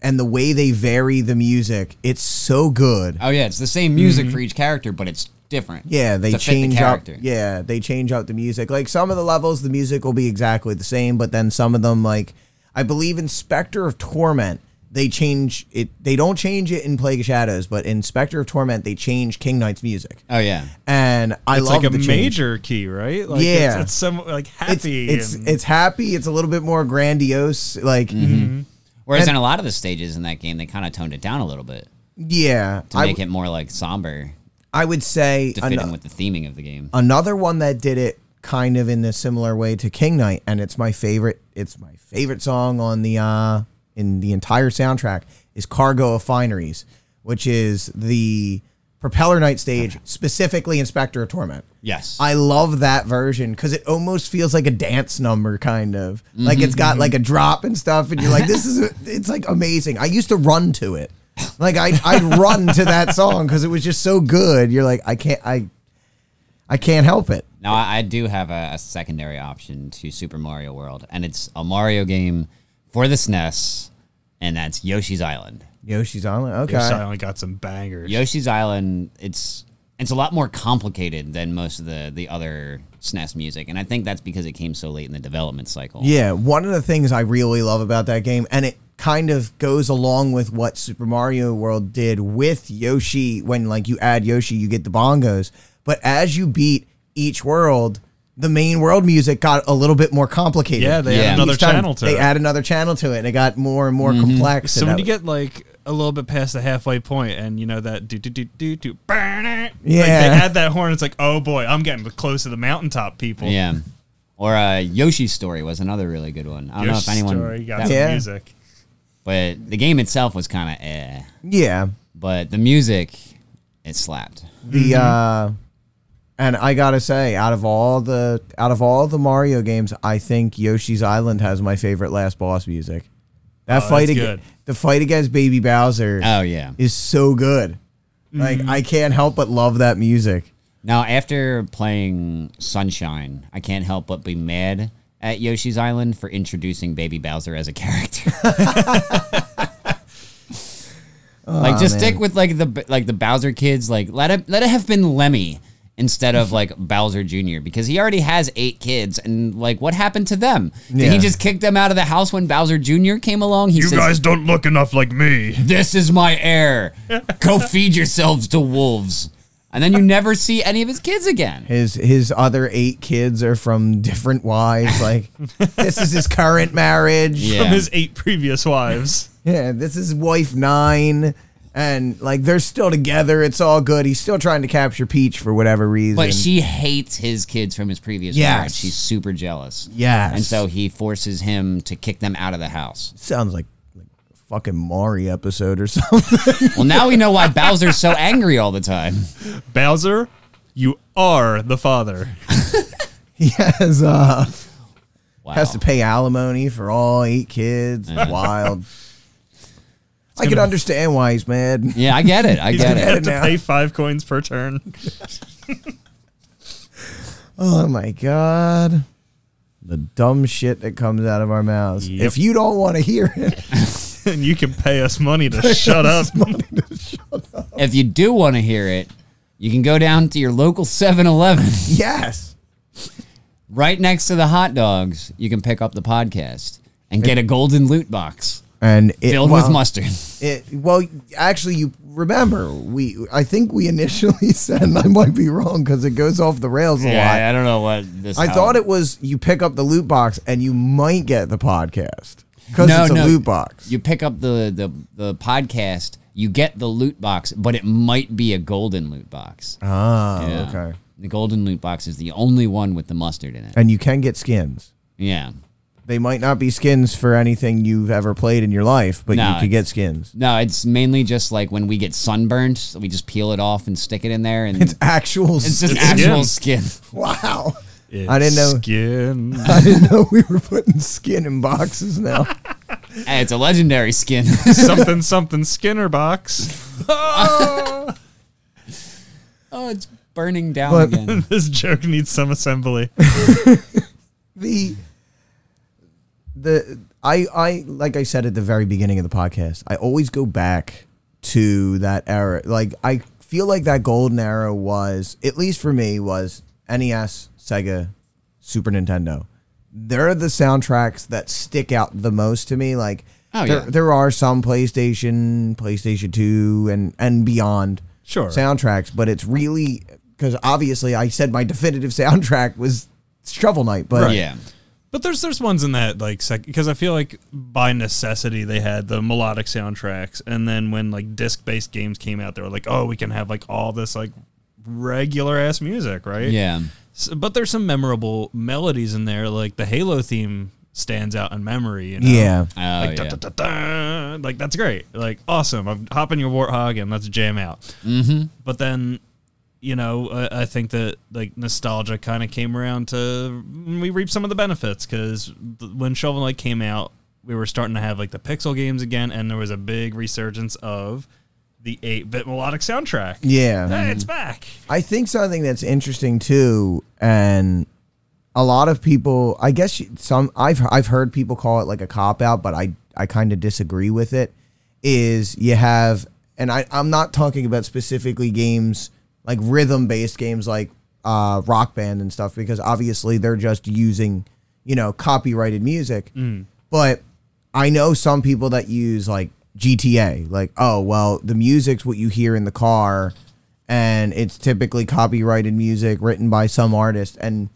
and the way they vary the music, it's so good. Oh yeah, it's the same music for each character, but it's different. Yeah, they to fit the change up. character. Yeah, they change up the music. Like some of the levels, the music will be exactly the same, but then some of them, like I believe in Spectre of Torment, they change it. They don't change it in Plague of Shadows, but in Spectre of Torment, they change King Knight's music, Oh yeah. and I It's love like a the change. major key, right? Like Yeah. it's, it's some like It's happy. it's and- it's happy. It's a little bit more grandiose. Like Mm-hmm. Whereas in a lot of the stages in that game, they kind of toned it down a little bit yeah, to I, make it more like somber I would say to an- fit in with the theming of the game. another one that did it kind of in a similar way to King Knight, and it's my favorite. It's my favorite song on the uh, in the entire soundtrack is "Cargo of Fineries," which is the Propeller Knight stage, specifically Inspector of Torment. yes. I love that version because it almost feels like a dance number, kind of like it's got like a drop and stuff, and you're like, this is a, it's like amazing. I used to run to it, like I I'd run to that song because it was just so good. You're like, I can't I, I can't help it. Now I, I do have a, a secondary option to Super Mario World, and it's a Mario game for the SNES, and that's Yoshi's Island. Yoshi's Island, okay, I only got some bangers. Yoshi's Island, it's it's a lot more complicated than most of the the other SNES music, and I think that's because it came so late in the development cycle. yeah. One of the things I really love about that game, and it kind of goes along with what Super Mario World did with Yoshi. When like you add Yoshi, you get the bongos. But as you beat each world, the main world music got a little bit more complicated. Yeah, they Yeah. add another Each time, channel to they it. Mm-hmm. add another channel to it, and it got more and more complex. so and when that you get like a little bit past the halfway point, and you know that do do do do do, burn it. Yeah. like, they add that horn. It's like, oh boy, I'm getting close to the mountaintop, people. Yeah. Or uh, Yoshi's Story was another really good one. I don't know if anyone, story got that- some Yeah. music. but the game itself was kind of eh. was- yeah, But the music, it slapped. the uh, Mm-hmm. and I gotta say, out of all the out of all the Mario games, I think Yoshi's Island has my favorite last boss music. That Oh, fight that's against good. the fight against Baby Bowser Oh yeah. is so good. Like Mm-hmm. I can't help but love that music. Now after playing Sunshine, I can't help but be mad at Yoshi's Island for introducing Baby Bowser as a character. like just stick with like the like the Bowser kids. Like let it let it have been Lemmy instead of like Bowser Jr. because he already has eight kids and like what happened to them? Did Yeah. he just kick them out of the house when Bowser Jr. came along? He says, don't look enough like me. "This is my heir. Go feed yourselves to wolves." And then you never see any of his kids again. His his other eight kids are from different wives. Like this is his current marriage. Yeah. From his eight previous wives. Yeah, this is wife nine, and like they're still together. It's all good. He's still trying to capture Peach for whatever reason. But she hates his kids from his previous Yes. marriage. She's super jealous. Yes. And so he forces him to kick them out of the house. sounds like, like a fucking Mari episode or something. Well, now we know why Bowser's so angry all the time. Bowser, you are the father. he has uh Wow. has to pay alimony for all eight kids. It's Wild. I can understand why he's mad. yeah, I get it. I He's get gonna it. dead. have to now. pay five coins per turn. Oh my god. The dumb shit that comes out of our mouths. Yep. If you don't want to hear it, and you can pay us money to shut up. If you do want to hear it, you can go down to your local 7 Eleven yes. right next to the hot dogs. You can pick up the podcast and get a golden loot box And it, filled well, with mustard. It, well, actually, you remember we? I think we initially said, and I might be wrong because it goes off the rails a lot. Yeah, I don't know what this I thought it was you pick up the loot box and you might get the podcast because No, it's a no. loot box. you pick up the, the the podcast, you get the loot box, but it might be a golden loot box. oh, Yeah. okay. The golden loot box is the only one with the mustard in it. And you can get skins. Yeah. They might not be skins for anything you've ever played in your life, but No, you could get skins. No, it's mainly just like when we get sunburnt, we just peel it off and stick it in there, and It's it's, actual. just skins. actual skin. wow. I didn't know. Skin. I didn't know we were putting skin in boxes now. Hey, it's a legendary skin. something something Skinner box. oh, it's burning down But- again. This joke needs some assembly. the the I I like I said at the very beginning of the podcast, I always go back to that era. Like I feel like that golden era was, at least for me, was NES, Sega, Super Nintendo. They're the soundtracks that stick out the most to me. Like Oh, there, yeah. there are some PlayStation, PlayStation 2 and and beyond Sure. soundtracks, but it's really because obviously I said my definitive soundtrack was Shovel Knight, but Yeah. But there's there's ones in that like sec because I feel like by necessity they had the melodic soundtracks, and then when like disc based games came out, they were like, oh, we can have like all this like regular ass music, right? Yeah. S but there's some memorable melodies in there, like the Halo theme stands out in memory. You know? yeah. Oh, Like, yeah. da-da-da-da. like that's great. Like awesome. I'm hopping your warthog and let's jam out. Mm-hmm. But then, you know, I, I think that like nostalgia kind of came around to we reap some of the benefits because when Shovel Knight came out, we were starting to have like the pixel games again, and there was a big resurgence of the eight bit melodic soundtrack. Yeah. Hey, it's back. I think something that's interesting too, and a lot of people, I guess you- some I've I've heard people call it like a cop out, but I I kind of disagree with it. Is you have, and I I'm not talking about specifically games like rhythm based games like uh, Rock Band and stuff because obviously they're just using you know copyrighted music, but I know some people that use like GTA, like oh well the music's what you hear in the car and it's typically copyrighted music written by some artist and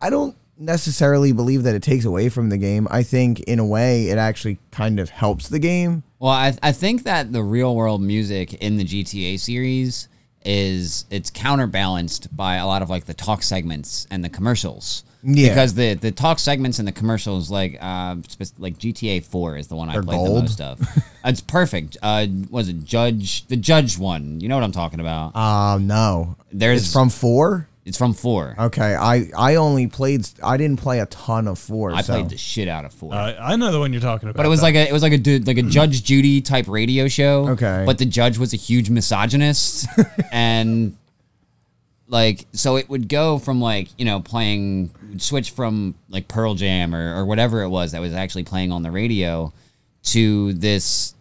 I don't necessarily believe that it takes away from the game. I think in a way it actually kind of helps the game. Well, I, I think that the real world music in the GTA series is it's counterbalanced by a lot of like the talk segments and the commercials. Yeah. Because the the talk segments and the commercials, like uh, spec- like GTA Four is the one I played the gold. most of. it's perfect. Uh, was it Judge the Judge one? You know what I'm talking about. Um no. There's It's from 4? it's from Four. Okay, I I only played I didn't play a ton of 4. I so. played the shit out of Four. Uh, I know the one you're talking about. But it was like a it was like a dude like a Judge Judy type radio show. Okay. But the judge was a huge misogynist, and like so it would go from like you know playing switch from like Pearl Jam or or whatever it was that was actually playing on the radio to this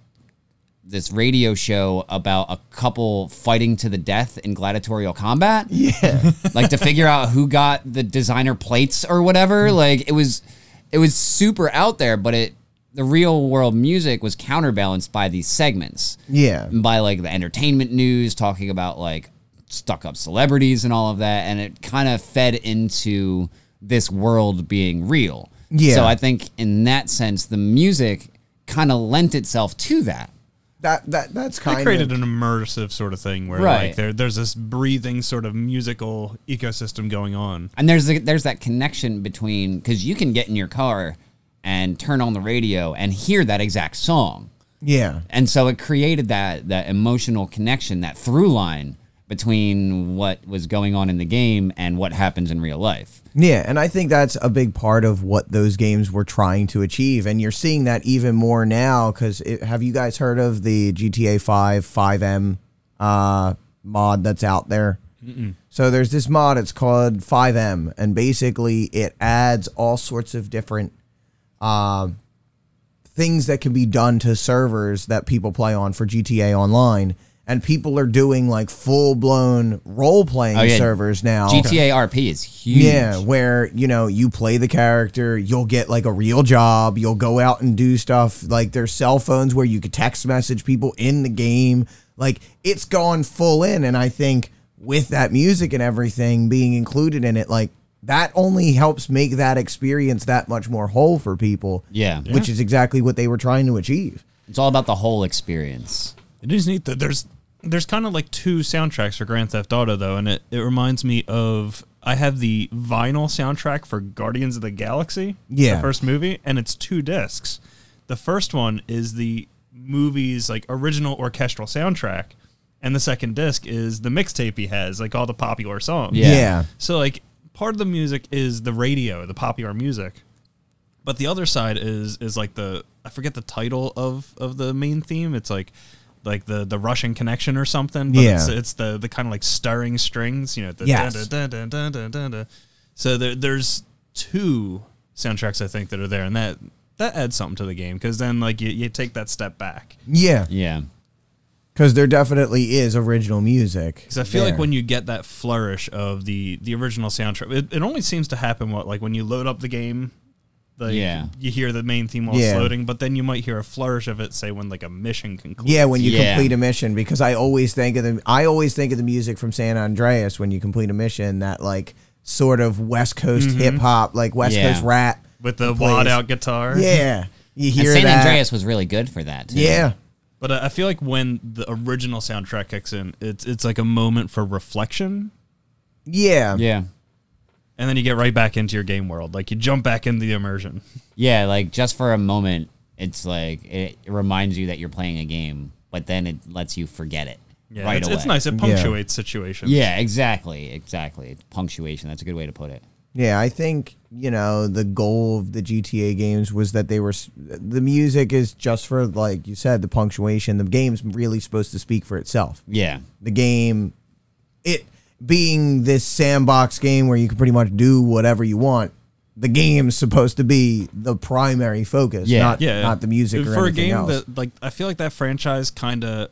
this radio show about a couple fighting to the death in gladiatorial combat yeah. like to figure out who got the designer plates or whatever. Mm-hmm. Like it was, it was super out there, but it the real world music was counterbalanced by these segments, yeah. by like the entertainment news talking about like stuck up celebrities and all of that, and it kind of fed into this world being real. Yeah. So I think in that sense, the music kind of lent itself to that. That that that's they kind created of an immersive sort of thing where Right. like there there's this breathing sort of musical ecosystem going on. And there's the, there's that connection between because you can get in your car and turn on the radio and hear that exact song, Yeah. and so it created that that emotional connection, that through line between what was going on in the game and what happens in real life. Yeah, and I think that's a big part of what those games were trying to achieve, and you're seeing that even more now. Because have you guys heard of the GTA Five 5M uh, mod that's out there? So there's this mod. It's called 5M, and basically it adds all sorts of different uh, things that can be done to servers that people play on for GTA Online. And people are doing like full blown role playing Oh, yeah. servers now. GTA RP is huge. Yeah, where you know you play the character, you'll get like a real job, you'll go out and do stuff. Like there's cell phones where you could text message people in the game. Like it's gone full in, and I think with that music and everything being included in it, like that only helps make that experience that much more whole for people. Yeah. Yeah. which is exactly what they were trying to achieve. It's all about the whole experience. It is neat that there's there's kind of like two soundtracks for Grand Theft Auto though, and it, it reminds me of I have the vinyl soundtrack for Guardians of the Galaxy, Yeah. the first movie, and it's two discs. The first one is the movie's like original orchestral soundtrack, and the second disc is the mixtape he has, like all the popular songs. Yeah. So like part of the music is the radio, the popular music. But the other side is is like the I forget the title of of the main theme. It's like like the the Russian connection or something. But Yeah. it's, it's the the kind of like stirring strings, you know, the Yes. dun, dun, dun, dun, dun, dun. So there, there's two soundtracks I think that are there and that that adds something to the game because then like you, you take that step back. yeah, Yeah. because there definitely is original music. Because I feel like there. when you get that flourish of the the original soundtrack, it, it only seems to happen what like when you load up the game, like Yeah. you hear the main theme while Yeah. it's loading, but then you might hear a flourish of it, say when like a mission concludes. Yeah, when you Yeah. complete a mission, because I always think of the I always think of the music from San Andreas when you complete a mission that like sort of West Coast hip hop, like West Mm-hmm. Yeah. Coast rap with the plays. wad out guitar. Yeah, you And hear San that. Andreas was really good for that. Too. Yeah, But I I feel like when the original soundtrack kicks in, it's it's like a moment for reflection, yeah, Yeah. and then you get right back into your game world. Like you jump back into the immersion. Yeah, like just for a moment, it's like it reminds you that you're playing a game, but then it lets you forget it Yeah, right it's, away. it's nice. It punctuates situations. Yeah, exactly, exactly. It's punctuation. That's a good way to put it. Yeah, I think you know the goal of the GTA games was that they were s- the music is just for like you said the punctuation. The game's really supposed to speak for itself. Yeah, the game it being this sandbox game where you can pretty much do whatever you want the game's supposed to be the primary focus Yeah. not yeah, not the music for or a anything game else that like I feel like that franchise kind of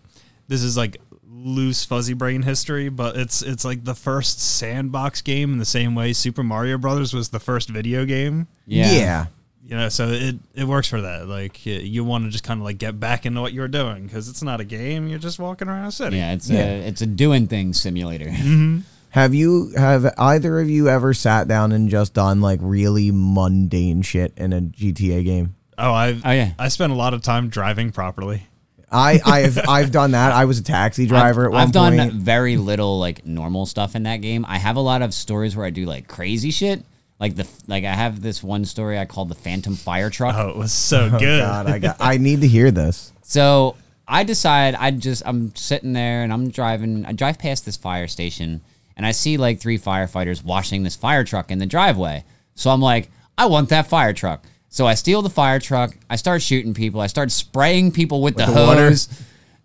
this is like loose fuzzy brain history, but it's it's like the first sandbox game in the same way Super Mario Brothers was the first video game. yeah, yeah you know, so it it works for that. Like y- you want to just kind of like get back into what you're doing because it's not a game. You're just walking around a city. Yeah, it's Yeah. Mm. a it's a doing things simulator. Have you have either of you ever sat down and just done like really mundane shit in a GTA game? Oh, I Oh, yeah. I spent a lot of time driving properly. I I've I've done that. I was a taxi driver I've, at one I've done point. very little like normal stuff in that game. I have a lot of stories where I do like crazy shit. Like the like I have this one story I call the Phantom Fire Truck. Oh, it was so good. God, I got I need to hear this. So I decide I just I'm sitting there and I'm driving. I drive past this fire station and I see like three firefighters washing this fire truck in the driveway. So I'm like, I want that fire truck. So I steal the fire truck. I start shooting people. I start spraying people with, the, the water? hose.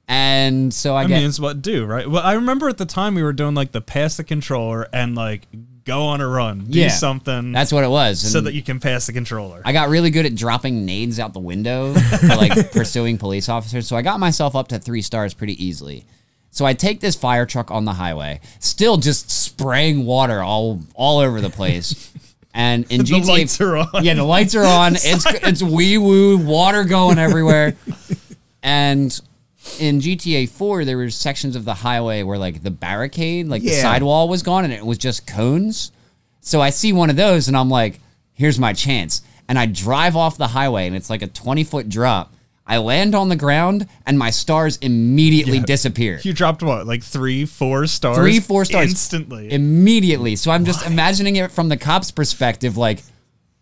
And so I, I get mean, it's what do right. Well, I remember at the time we were doing like the pass the controller and like go on a run, do Yeah. something that's what it was. so And that you can pass the controller. I got really good at dropping nades out the window for like pursuing police officers. So I got myself up to three stars pretty easily. So I take this fire truck on the highway, still just spraying water all all over the place. And in The GTA, lights are on. Yeah, the lights are on. it's it's wee woo water going everywhere. and in GTA 4, there were sections of the highway where like the barricade, like the Yeah. sidewall was gone and it was just cones. So I see one of those and I'm like, here's my chance. And I drive off the highway and it's like a 20 foot drop. I land on the ground and my stars immediately disappear. you dropped what, like three, four stars? Three, four stars. instantly. Immediately. So I'm just imagining it from the cop's perspective like,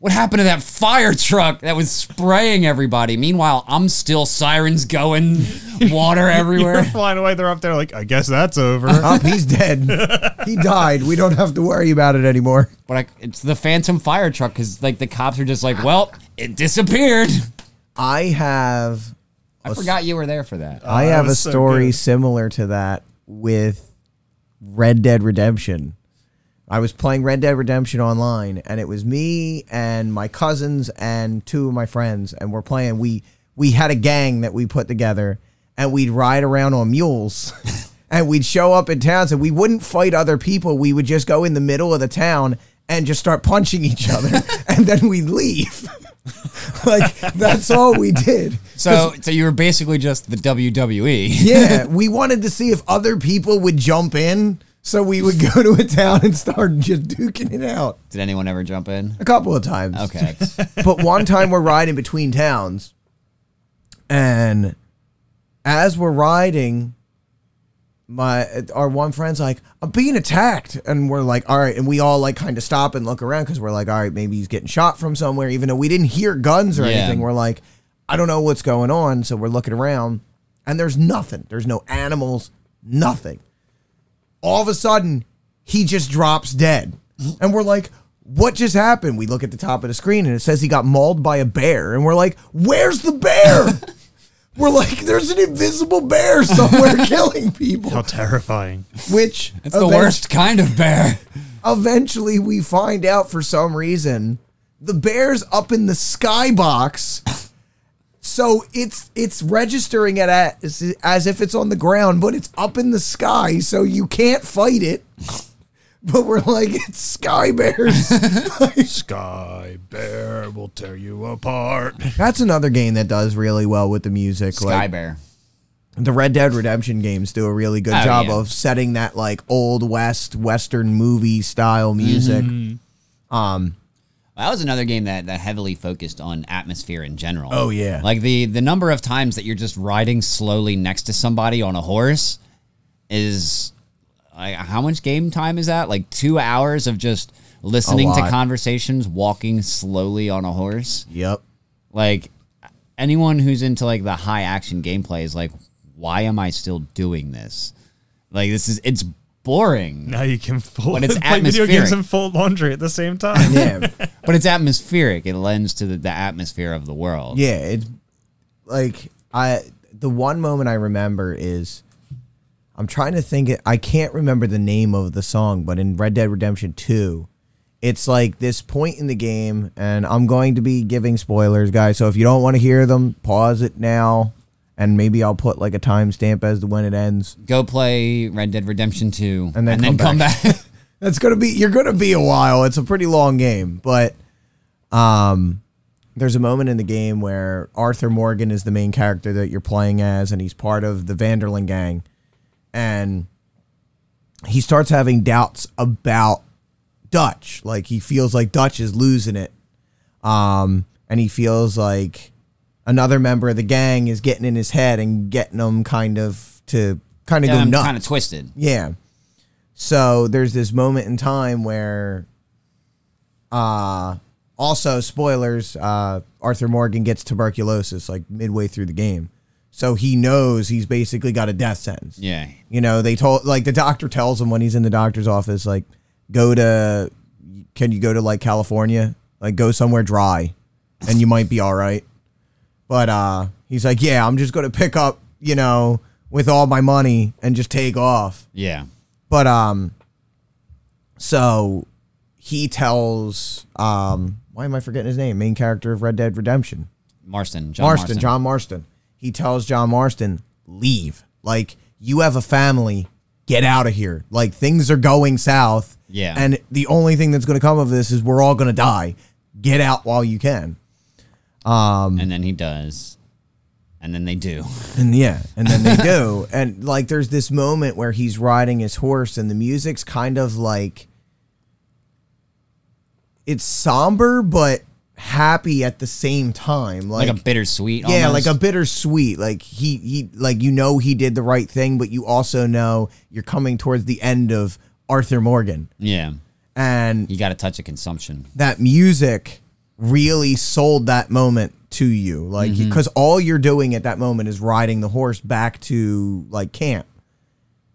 what happened to that fire truck that was spraying everybody? Meanwhile, I'm still sirens going, water You're everywhere. flying away. They're up there. Like I guess that's Uh-huh. over. Up, Oh, he's dead. he died. We don't have to worry about it anymore. But I, it's the phantom fire truck because like the cops are just like, well, it disappeared. I have I forgot you were there for that. I Oh, that have a was so story good. similar to that with Red Dead Redemption. I was playing Red Dead Redemption online, and it was me and my cousins and two of my friends, and we're playing. We we had a gang that we put together, and we'd ride around on mules, and we'd show up in towns, and we wouldn't fight other people. We would just go in the middle of the town and just start punching each other, and then we'd leave. like that's all we did. so, so you were basically just the E. WWE. Yeah, we wanted to see if other people would jump in, so we would go to a town and start just duking it out Did anyone ever jump in? a couple of times. Okay. But one time we're riding between towns, and as we're riding, my our one friend's like, "I'm being attacked," and we're like, "All right," and we all like kind of stop and look around because we're like, "All right, maybe he's getting shot from somewhere," even though we didn't hear guns or Yeah. anything. We're like, "I don't know what's going on," so we're looking around, and there's nothing. There's no animals, nothing all of a sudden he just drops dead and we're like what just happened we look at the top of the screen and it says he got mauled by a bear and we're like where's the bear we're like there's an invisible bear somewhere killing How people terrifying! which It's the worst kind of bear. eventually we find out for some reason the bear's up in the skybox so it's it's registering it as, as if it's on the ground but it's up in the sky so you can't fight it but we're like it's sky bears Sky Bear will tear you apart. that's another game that does really well with the music Sky bear. the Red Dead Redemption games do a really good Oh, job yeah. of setting that like old west western movie style music Mm-hmm. That was another game that, that heavily focused on atmosphere in general. Oh, yeah. Like the the number of times that you're just riding slowly next to somebody on a horse is like how much game time is that? Like 2 hours of just listening to lot. conversations walking slowly on a horse. yep Like anyone who's into like the high action gameplay is like why am I still doing this? Like this is it's boring. Now you can fold, But it's play video atmospheric. games and fold laundry at the same time. yeah But it's atmospheric. It lends to the, the atmosphere of the world. Yeah, it's like I the one moment I remember is I'm trying to think it I can't remember the name of the song, but in Red Dead Redemption 2, it's like this point in the game and I'm going to be giving spoilers, guys, so if you don't want to hear them, pause it now and maybe I'll put like a timestamp as to when it ends. go play Red Dead Redemption 2 And then come come back. That's going to be you're going to be a while. It's a pretty long game, but um there's a moment in the game where Arthur Morgan is the main character that you're playing as, and he's part of the Vanderlyn gang, and he starts having doubts about Dutch. Like he feels like Dutch is losing it, um, and he feels like another member of the gang is getting in his head and getting him kind of to kind of Yeah, go I'm nuts. kind of twisted. Yeah. So there's this moment in time where uh also spoilers, uh Arthur Morgan gets tuberculosis like midway through the game. So he knows he's basically got a death sentence. Yeah, You know, they told like the doctor tells him when he's in the doctor's office, like, go to can you go to like California? Like go somewhere dry and you might be all right. But uh he's like, Yeah, I'm just gonna pick up, you know, with all my money and just take off. yeah, But um so he tells um why am I forgetting his name? Main character of Red Dead Redemption. Marston, John Marston, Marston, John Marston. He tells John Marston, leave. Like, you have a family. Get out of here. Like, things are going south. Yeah. And the only thing that's going to come of this is we're all going to die. Get out while you can. and then he does, and then they do. And yeah, and then they do. And like there's this moment where he's riding his horse and the music's kind of like it's somber but happy at the same time. Like, Like, a bittersweet. yeah, almost. like a bittersweet. Like he he like you know he did the right thing, but you also know you're coming towards the end of Arthur Morgan. yeah. And You got to touch of consumption. that music really sold that moment to you like Mm-hmm. because all you're doing at that moment is riding the horse back to like camp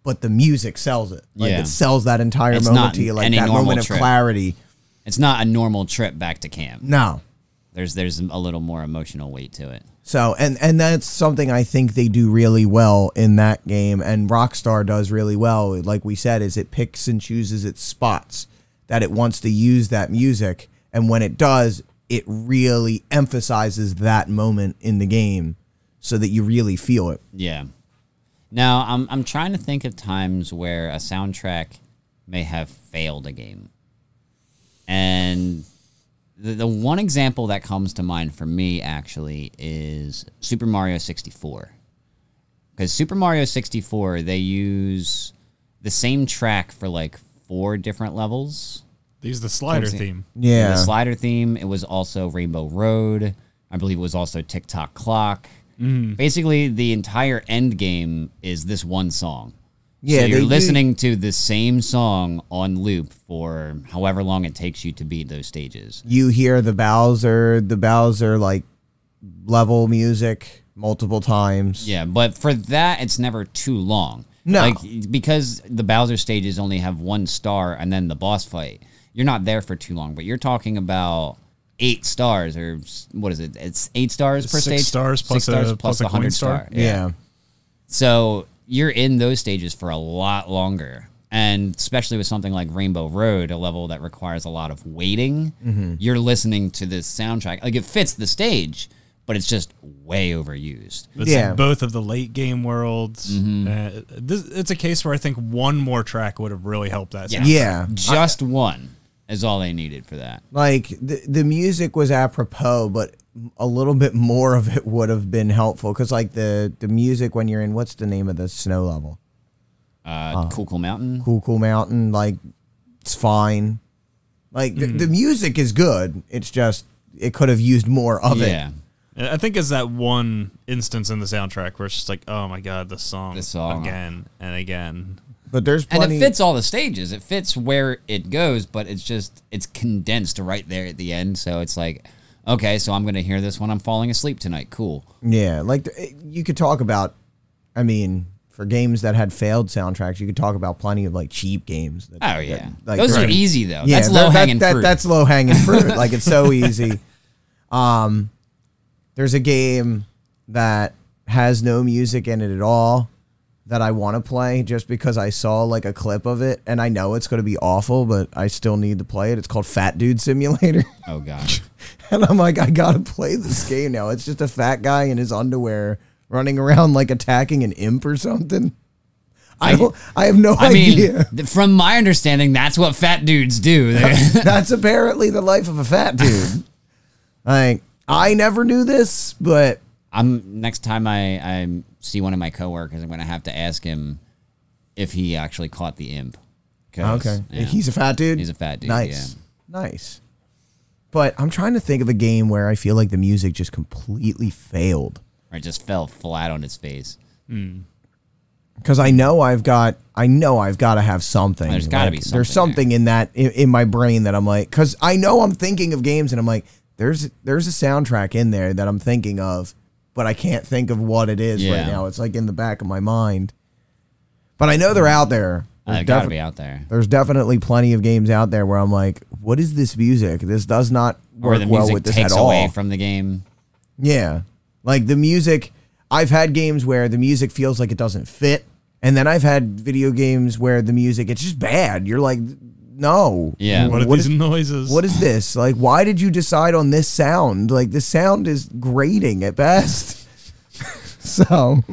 but the music sells it like Yeah. it sells that entire It's moment not to you like any that normal moment of trip. clarity It's not a normal trip back to camp. no There's there's a little more emotional weight to it. so and and that's something i think they do really well in that game and rockstar does really well like we said is it picks and chooses its spots that it wants to use that music and when it does it really emphasizes that moment in the game so that you really feel it Yeah. Now I'm I'm trying to think of times where a soundtrack may have failed a game, and the, the one example that comes to mind for me actually is Super Mario 64, because Super Mario 64 they use the same track for like four different levels. They use the slider Comes in. theme. yeah The slider theme. It was also Rainbow Road. I believe it was also TikTok Clock. Mm-hmm. Basically, the entire end game is this one song. Yeah, so you're they do- listening to the same song on loop for however long it takes you to beat those stages. you hear the bowser the bowser like level music multiple times Yeah, but for that, it's never too long. No. like because the Bowser stages only have one star, and then the boss fight. You're not there for too long, but you're talking about eight stars or s- what is it? It's eight stars per Six stage. stars plus a- plus a the coin star. yeah, So you're in those stages for a lot longer. And especially with something like Rainbow Road, a level that requires a lot of waiting, Mm-hmm. you're listening to this soundtrack. Like it fits the stage, but it's just way overused. It's in Yeah. both of the late game worlds. Mm-hmm. Uh, this, it's a case where I think one more track would have really helped that. Yeah. sound. yeah. Just one is all they needed for that. like the the music was apropos, but a little bit more of it would have been helpful because like the the music when you're in what's the name of the snow level, Uh, cool Cool Mountain. Cool Cool Mountain, like it's fine. Like the, Mm. the music is good. It's just it could have used more of yeah. it. And I think it's that one instance in the soundtrack where it's just like, oh my god, this song, This song. again and again. But there's And plenty. it fits all the stages. It fits where it goes, but it's just it's condensed right there at the end. So it's like, okay, so I'm gonna hear this when I'm falling asleep tonight. Cool. Yeah, like th- you could talk about. I mean, for games that had failed soundtracks, you could talk about plenty of like cheap games. That, Oh yeah, like, those right. are easy though. Yeah, that's that- low hanging that, that, fruit. That's low hanging fruit. like it's so easy. Um, there's a game that has no music in it at all that I want to play just because I saw like a clip of it and I know it's going to be awful, but I still need to play it. It's called Fat Dude Simulator. oh gosh, and I'm like, I got to play this game now. It's just a fat guy in his underwear running around like attacking an imp or something. I, don't, I have no I mean, idea. th- from my understanding, that's what fat dudes do. They- That's apparently the life of a fat dude. Like, I never knew this, but I'm next time I, I see one of my coworkers, I'm gonna have to ask him if he actually caught the imp. 'Cause, okay, yeah. he's a fat dude. He's a fat dude, Nice, nice. But I'm trying to think of a game where I feel like the music just completely failed. or just fell flat on his face. because I know I've got I know I've got to have something. There's gotta Like, be There's something something in that in, in my brain that I'm like because I know I'm thinking of games and I'm like there's there's a soundtrack in there that I'm thinking of, but I can't think of what it is Yeah. right now. It's like in the back of my mind, but I know they're out there. Uh, There's, gotta defi- be out there. there's definitely plenty of games out there where I'm like, what is this music? This does not Or work the music well with this takes at away all. from the game. Yeah. Like the music, I've had games where the music feels like it doesn't fit. And then I've had video games where the music, it's just bad. You're like, no. Yeah. What are What these is- noises? What is this? Like, why did you decide on this sound? Like, this sound is grating at best. so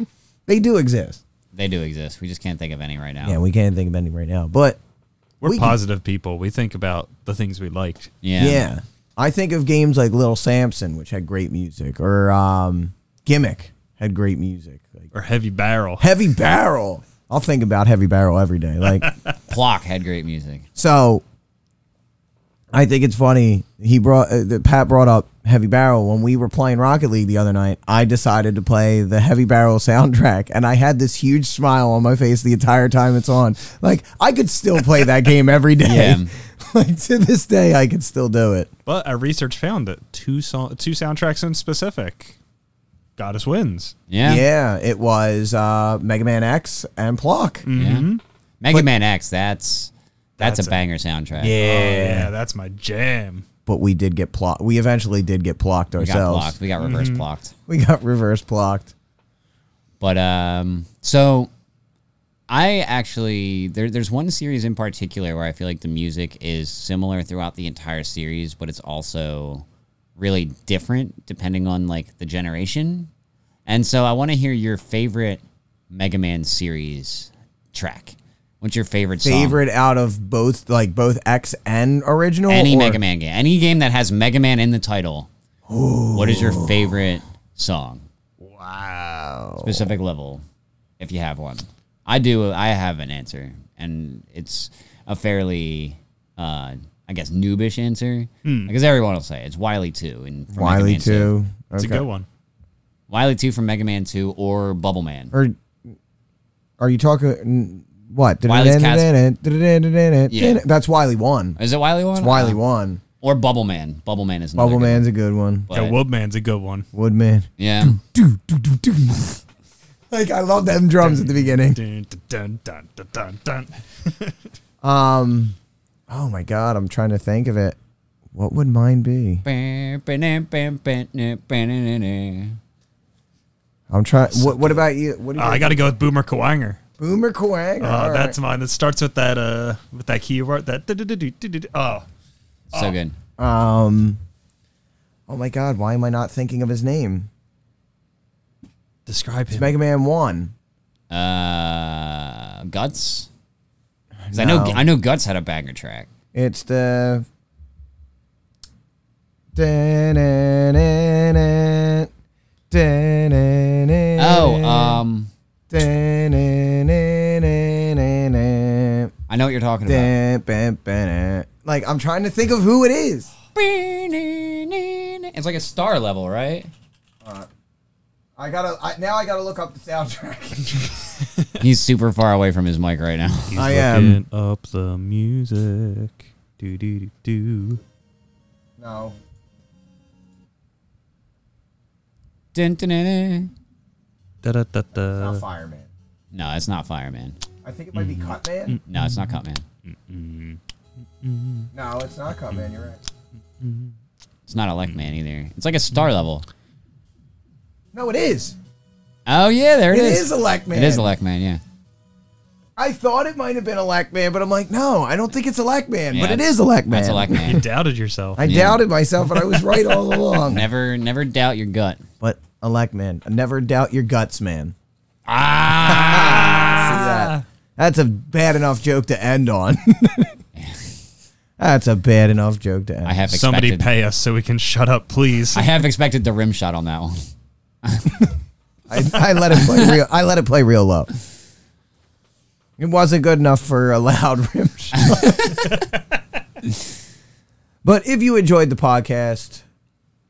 they do exist. They do exist. We just can't think of any right now. Yeah, we can't think of any right now. But We're we can- positive people. We think about the things we liked. Yeah. yeah. I think of games like Little Samson, which had great music, or um, Gimmick had great music. Like, Or heavy barrel. Heavy Barrel. I'll think about Heavy Barrel every day. Like, Plock had great music. So I think it's funny. He brought uh, that Pat brought up Heavy Barrel when we were playing Rocket League the other night. I decided to play the Heavy Barrel soundtrack, and I had this huge smile on my face the entire time it's on. Like I could still play that game every day. Yeah. like to this day, I could still do it. But our research found that two song, two soundtracks in specific got us wins. Yeah. Yeah, it was uh, Mega Man X and Plock. Um, Yeah. Mega Man X, that's that's, That's a a- banger soundtrack. Oh, yeah, that's my jam. but we did get plocked. We eventually did get plocked We got ourselves. blocked. We got Mm-hmm. reverse blocked. We got reverse plocked. But um, so I actually there, there's one series in particular where I feel like the music is similar throughout the entire series, but it's also really different depending on like the generation. And so I want to hear your favorite Mega Man series track. What's your favorite song? Favorite out of both, like both X and original. any or- Mega Man game, any game that has Mega Man in the title. What is your favorite song? Wow. Specific level, if you have one. I do. I have an answer, and it's a fairly, uh, I guess, noobish answer because everyone will say it. it's Wily Two and from Mega Wiley Man E two. It's Okay. a good one. Wily Two from Mega Man Two or Bubble Man. Or are you talking what? Wily's Castle. Yeah. That's Wiley one. is it Wily One? Wiley Uh, one. or Bubble Man. Bubble Man is E another Bubble good Man's a good one. one, Yeah, but- Woodman's a good one. Woodman. yeah. Do, do, do, do. Like I love them drums at the beginning. Dun, dun, dun, dun, dun, dun. Um, oh my god, I'm trying to think of it. What would mine be? I'm trying. What, what about you? What do Uh, you? I got to go with Boomer Kawanger. Boomer Quang. Uh, That's mine. That starts with that uh with that keyword that du- du- du- du- du- du- du- oh So good. um. Oh my god, why am I not thinking of his name? describe him. Mega Man one. Uh, Guts. 'Cause I know No. I know Guts had a banger track. It's the. Oh, Oh, um, I know what you're talking about. Like, I'm trying to think of who it is. It's like a star level, right? I gotta I, now. I gotta look up the soundtrack. He's super far away from his mic right now. I am up the music. Do do do do. no. Dun, dun, dun, dun. Da da da It's da. Uh, not Fireman. no, it's not Fireman. I think it might be mm-hmm. Cutman. No, it's not Cutman. No, it's not Cutman. You're right. It's not Elect Man either. It's like a star level. No, it is. Oh yeah, there It it is. is Elect Man. It is Elect Man. Yeah. I thought it might have been a lack man, but I'm like, no, I don't think it's a lack man, Yeah, but it is a lack man. That's Elect You Man. doubted yourself. I Yeah. doubted myself, and I was right all along. never, never doubt your gut. But a lack man, never doubt your guts, man. Ah. That's a bad enough joke to end on. That's a bad enough joke to end. I have Somebody expected, pay us so we can shut up, please. I have expected the rim shot on that one. I, I let it play real. I let it play real low. It wasn't good enough for a loud rim shot. but if you enjoyed the podcast,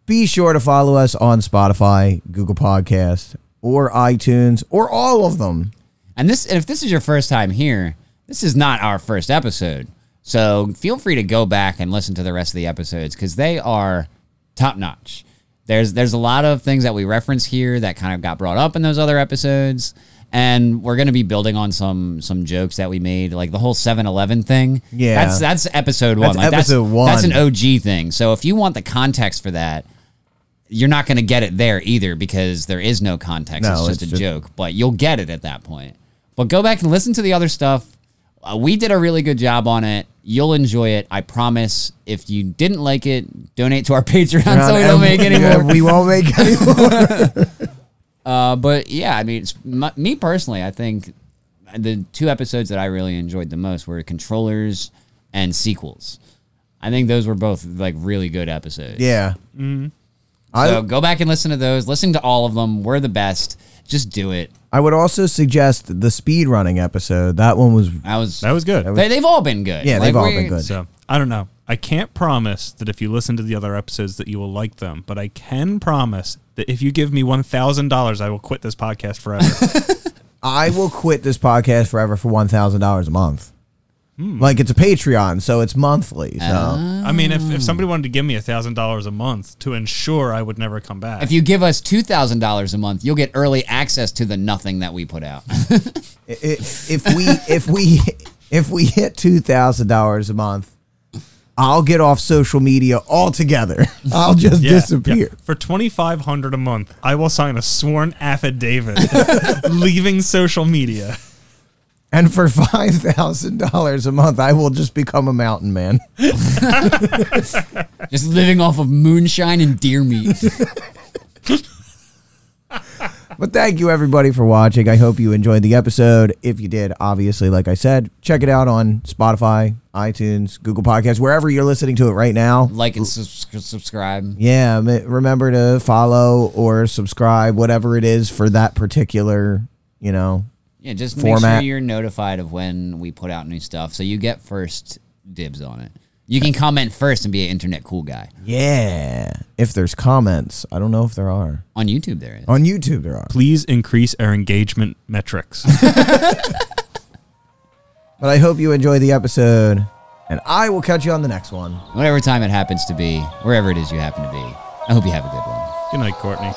be sure to follow us on Spotify, Google Podcast, or iTunes, or all of them. And this, and if this is your first time here, this is not our first episode. So feel free to go back and listen to the rest of the episodes because they are top notch. There's there's a lot of things that we reference here that kind of got brought up in those other episodes. And we're gonna be building on some some jokes that we made, like the whole 7-Eleven thing. Yeah. that's that's episode one. That's like episode one. That's an OG thing. So if you want the context for that, you're not gonna get it there either because there is no context. No, it's it's just a just- joke joke, but you'll get it at that point. But go back and listen to the other stuff. Uh, we did a really good job on it. You'll enjoy it, I promise. If you didn't like it, donate to our Patreon so we don't make any Yeah, more. We won't make any more. Uh, but yeah, I mean, it's, m me personally, I think the two episodes that I really enjoyed the most were controllers and sequels. I think those were both like really good episodes. Yeah. I, So go back and listen to those. Listen to all of them. We're the best. Just do it. I would also suggest the speed running episode. That one was I was. that was good. they, they've all been good. yeah, they've Like, all we- been good. So I don't know. I can't promise that if you listen to the other episodes that you will like them, but I can promise that if you give me one thousand dollars, I will quit this podcast forever. I will quit this podcast forever for one thousand dollars a month. Hmm. Like it's a Patreon, so it's monthly. So I mean, if, if Mm. somebody wanted to give me thousand dollars a month to ensure I would never come back, If you give us two thousand dollars a month, you'll get early access to the nothing that we put out. i- i- if we if we if we hit two thousand dollars a month, I'll get off social media altogether. I'll just Yeah, disappear. yeah. for twenty five hundred a month, I will sign a sworn affidavit leaving social media. And for five thousand dollars a month, I will just become a mountain man. Just living off of moonshine and deer meat. But thank you everybody for watching. I hope you enjoyed the episode. If you did, obviously, like I said, check it out on Spotify, iTunes, Google Podcasts, wherever you're listening to it right now. like and subs- subscribe. Yeah, m- remember to follow or subscribe, whatever it is for that particular, you know. Yeah, just make Format. sure you're notified of when we put out new stuff, so you get first dibs on it. You can comment first and be an internet cool guy. Yeah. If there's comments, I don't know if there are. On YouTube, there is. On YouTube, there are. Please increase our engagement metrics. But I hope you enjoy the episode, and I will catch you on the next one. Whatever time it happens to be, wherever it is you happen to be. I hope you have a good one. Good night, Courtney.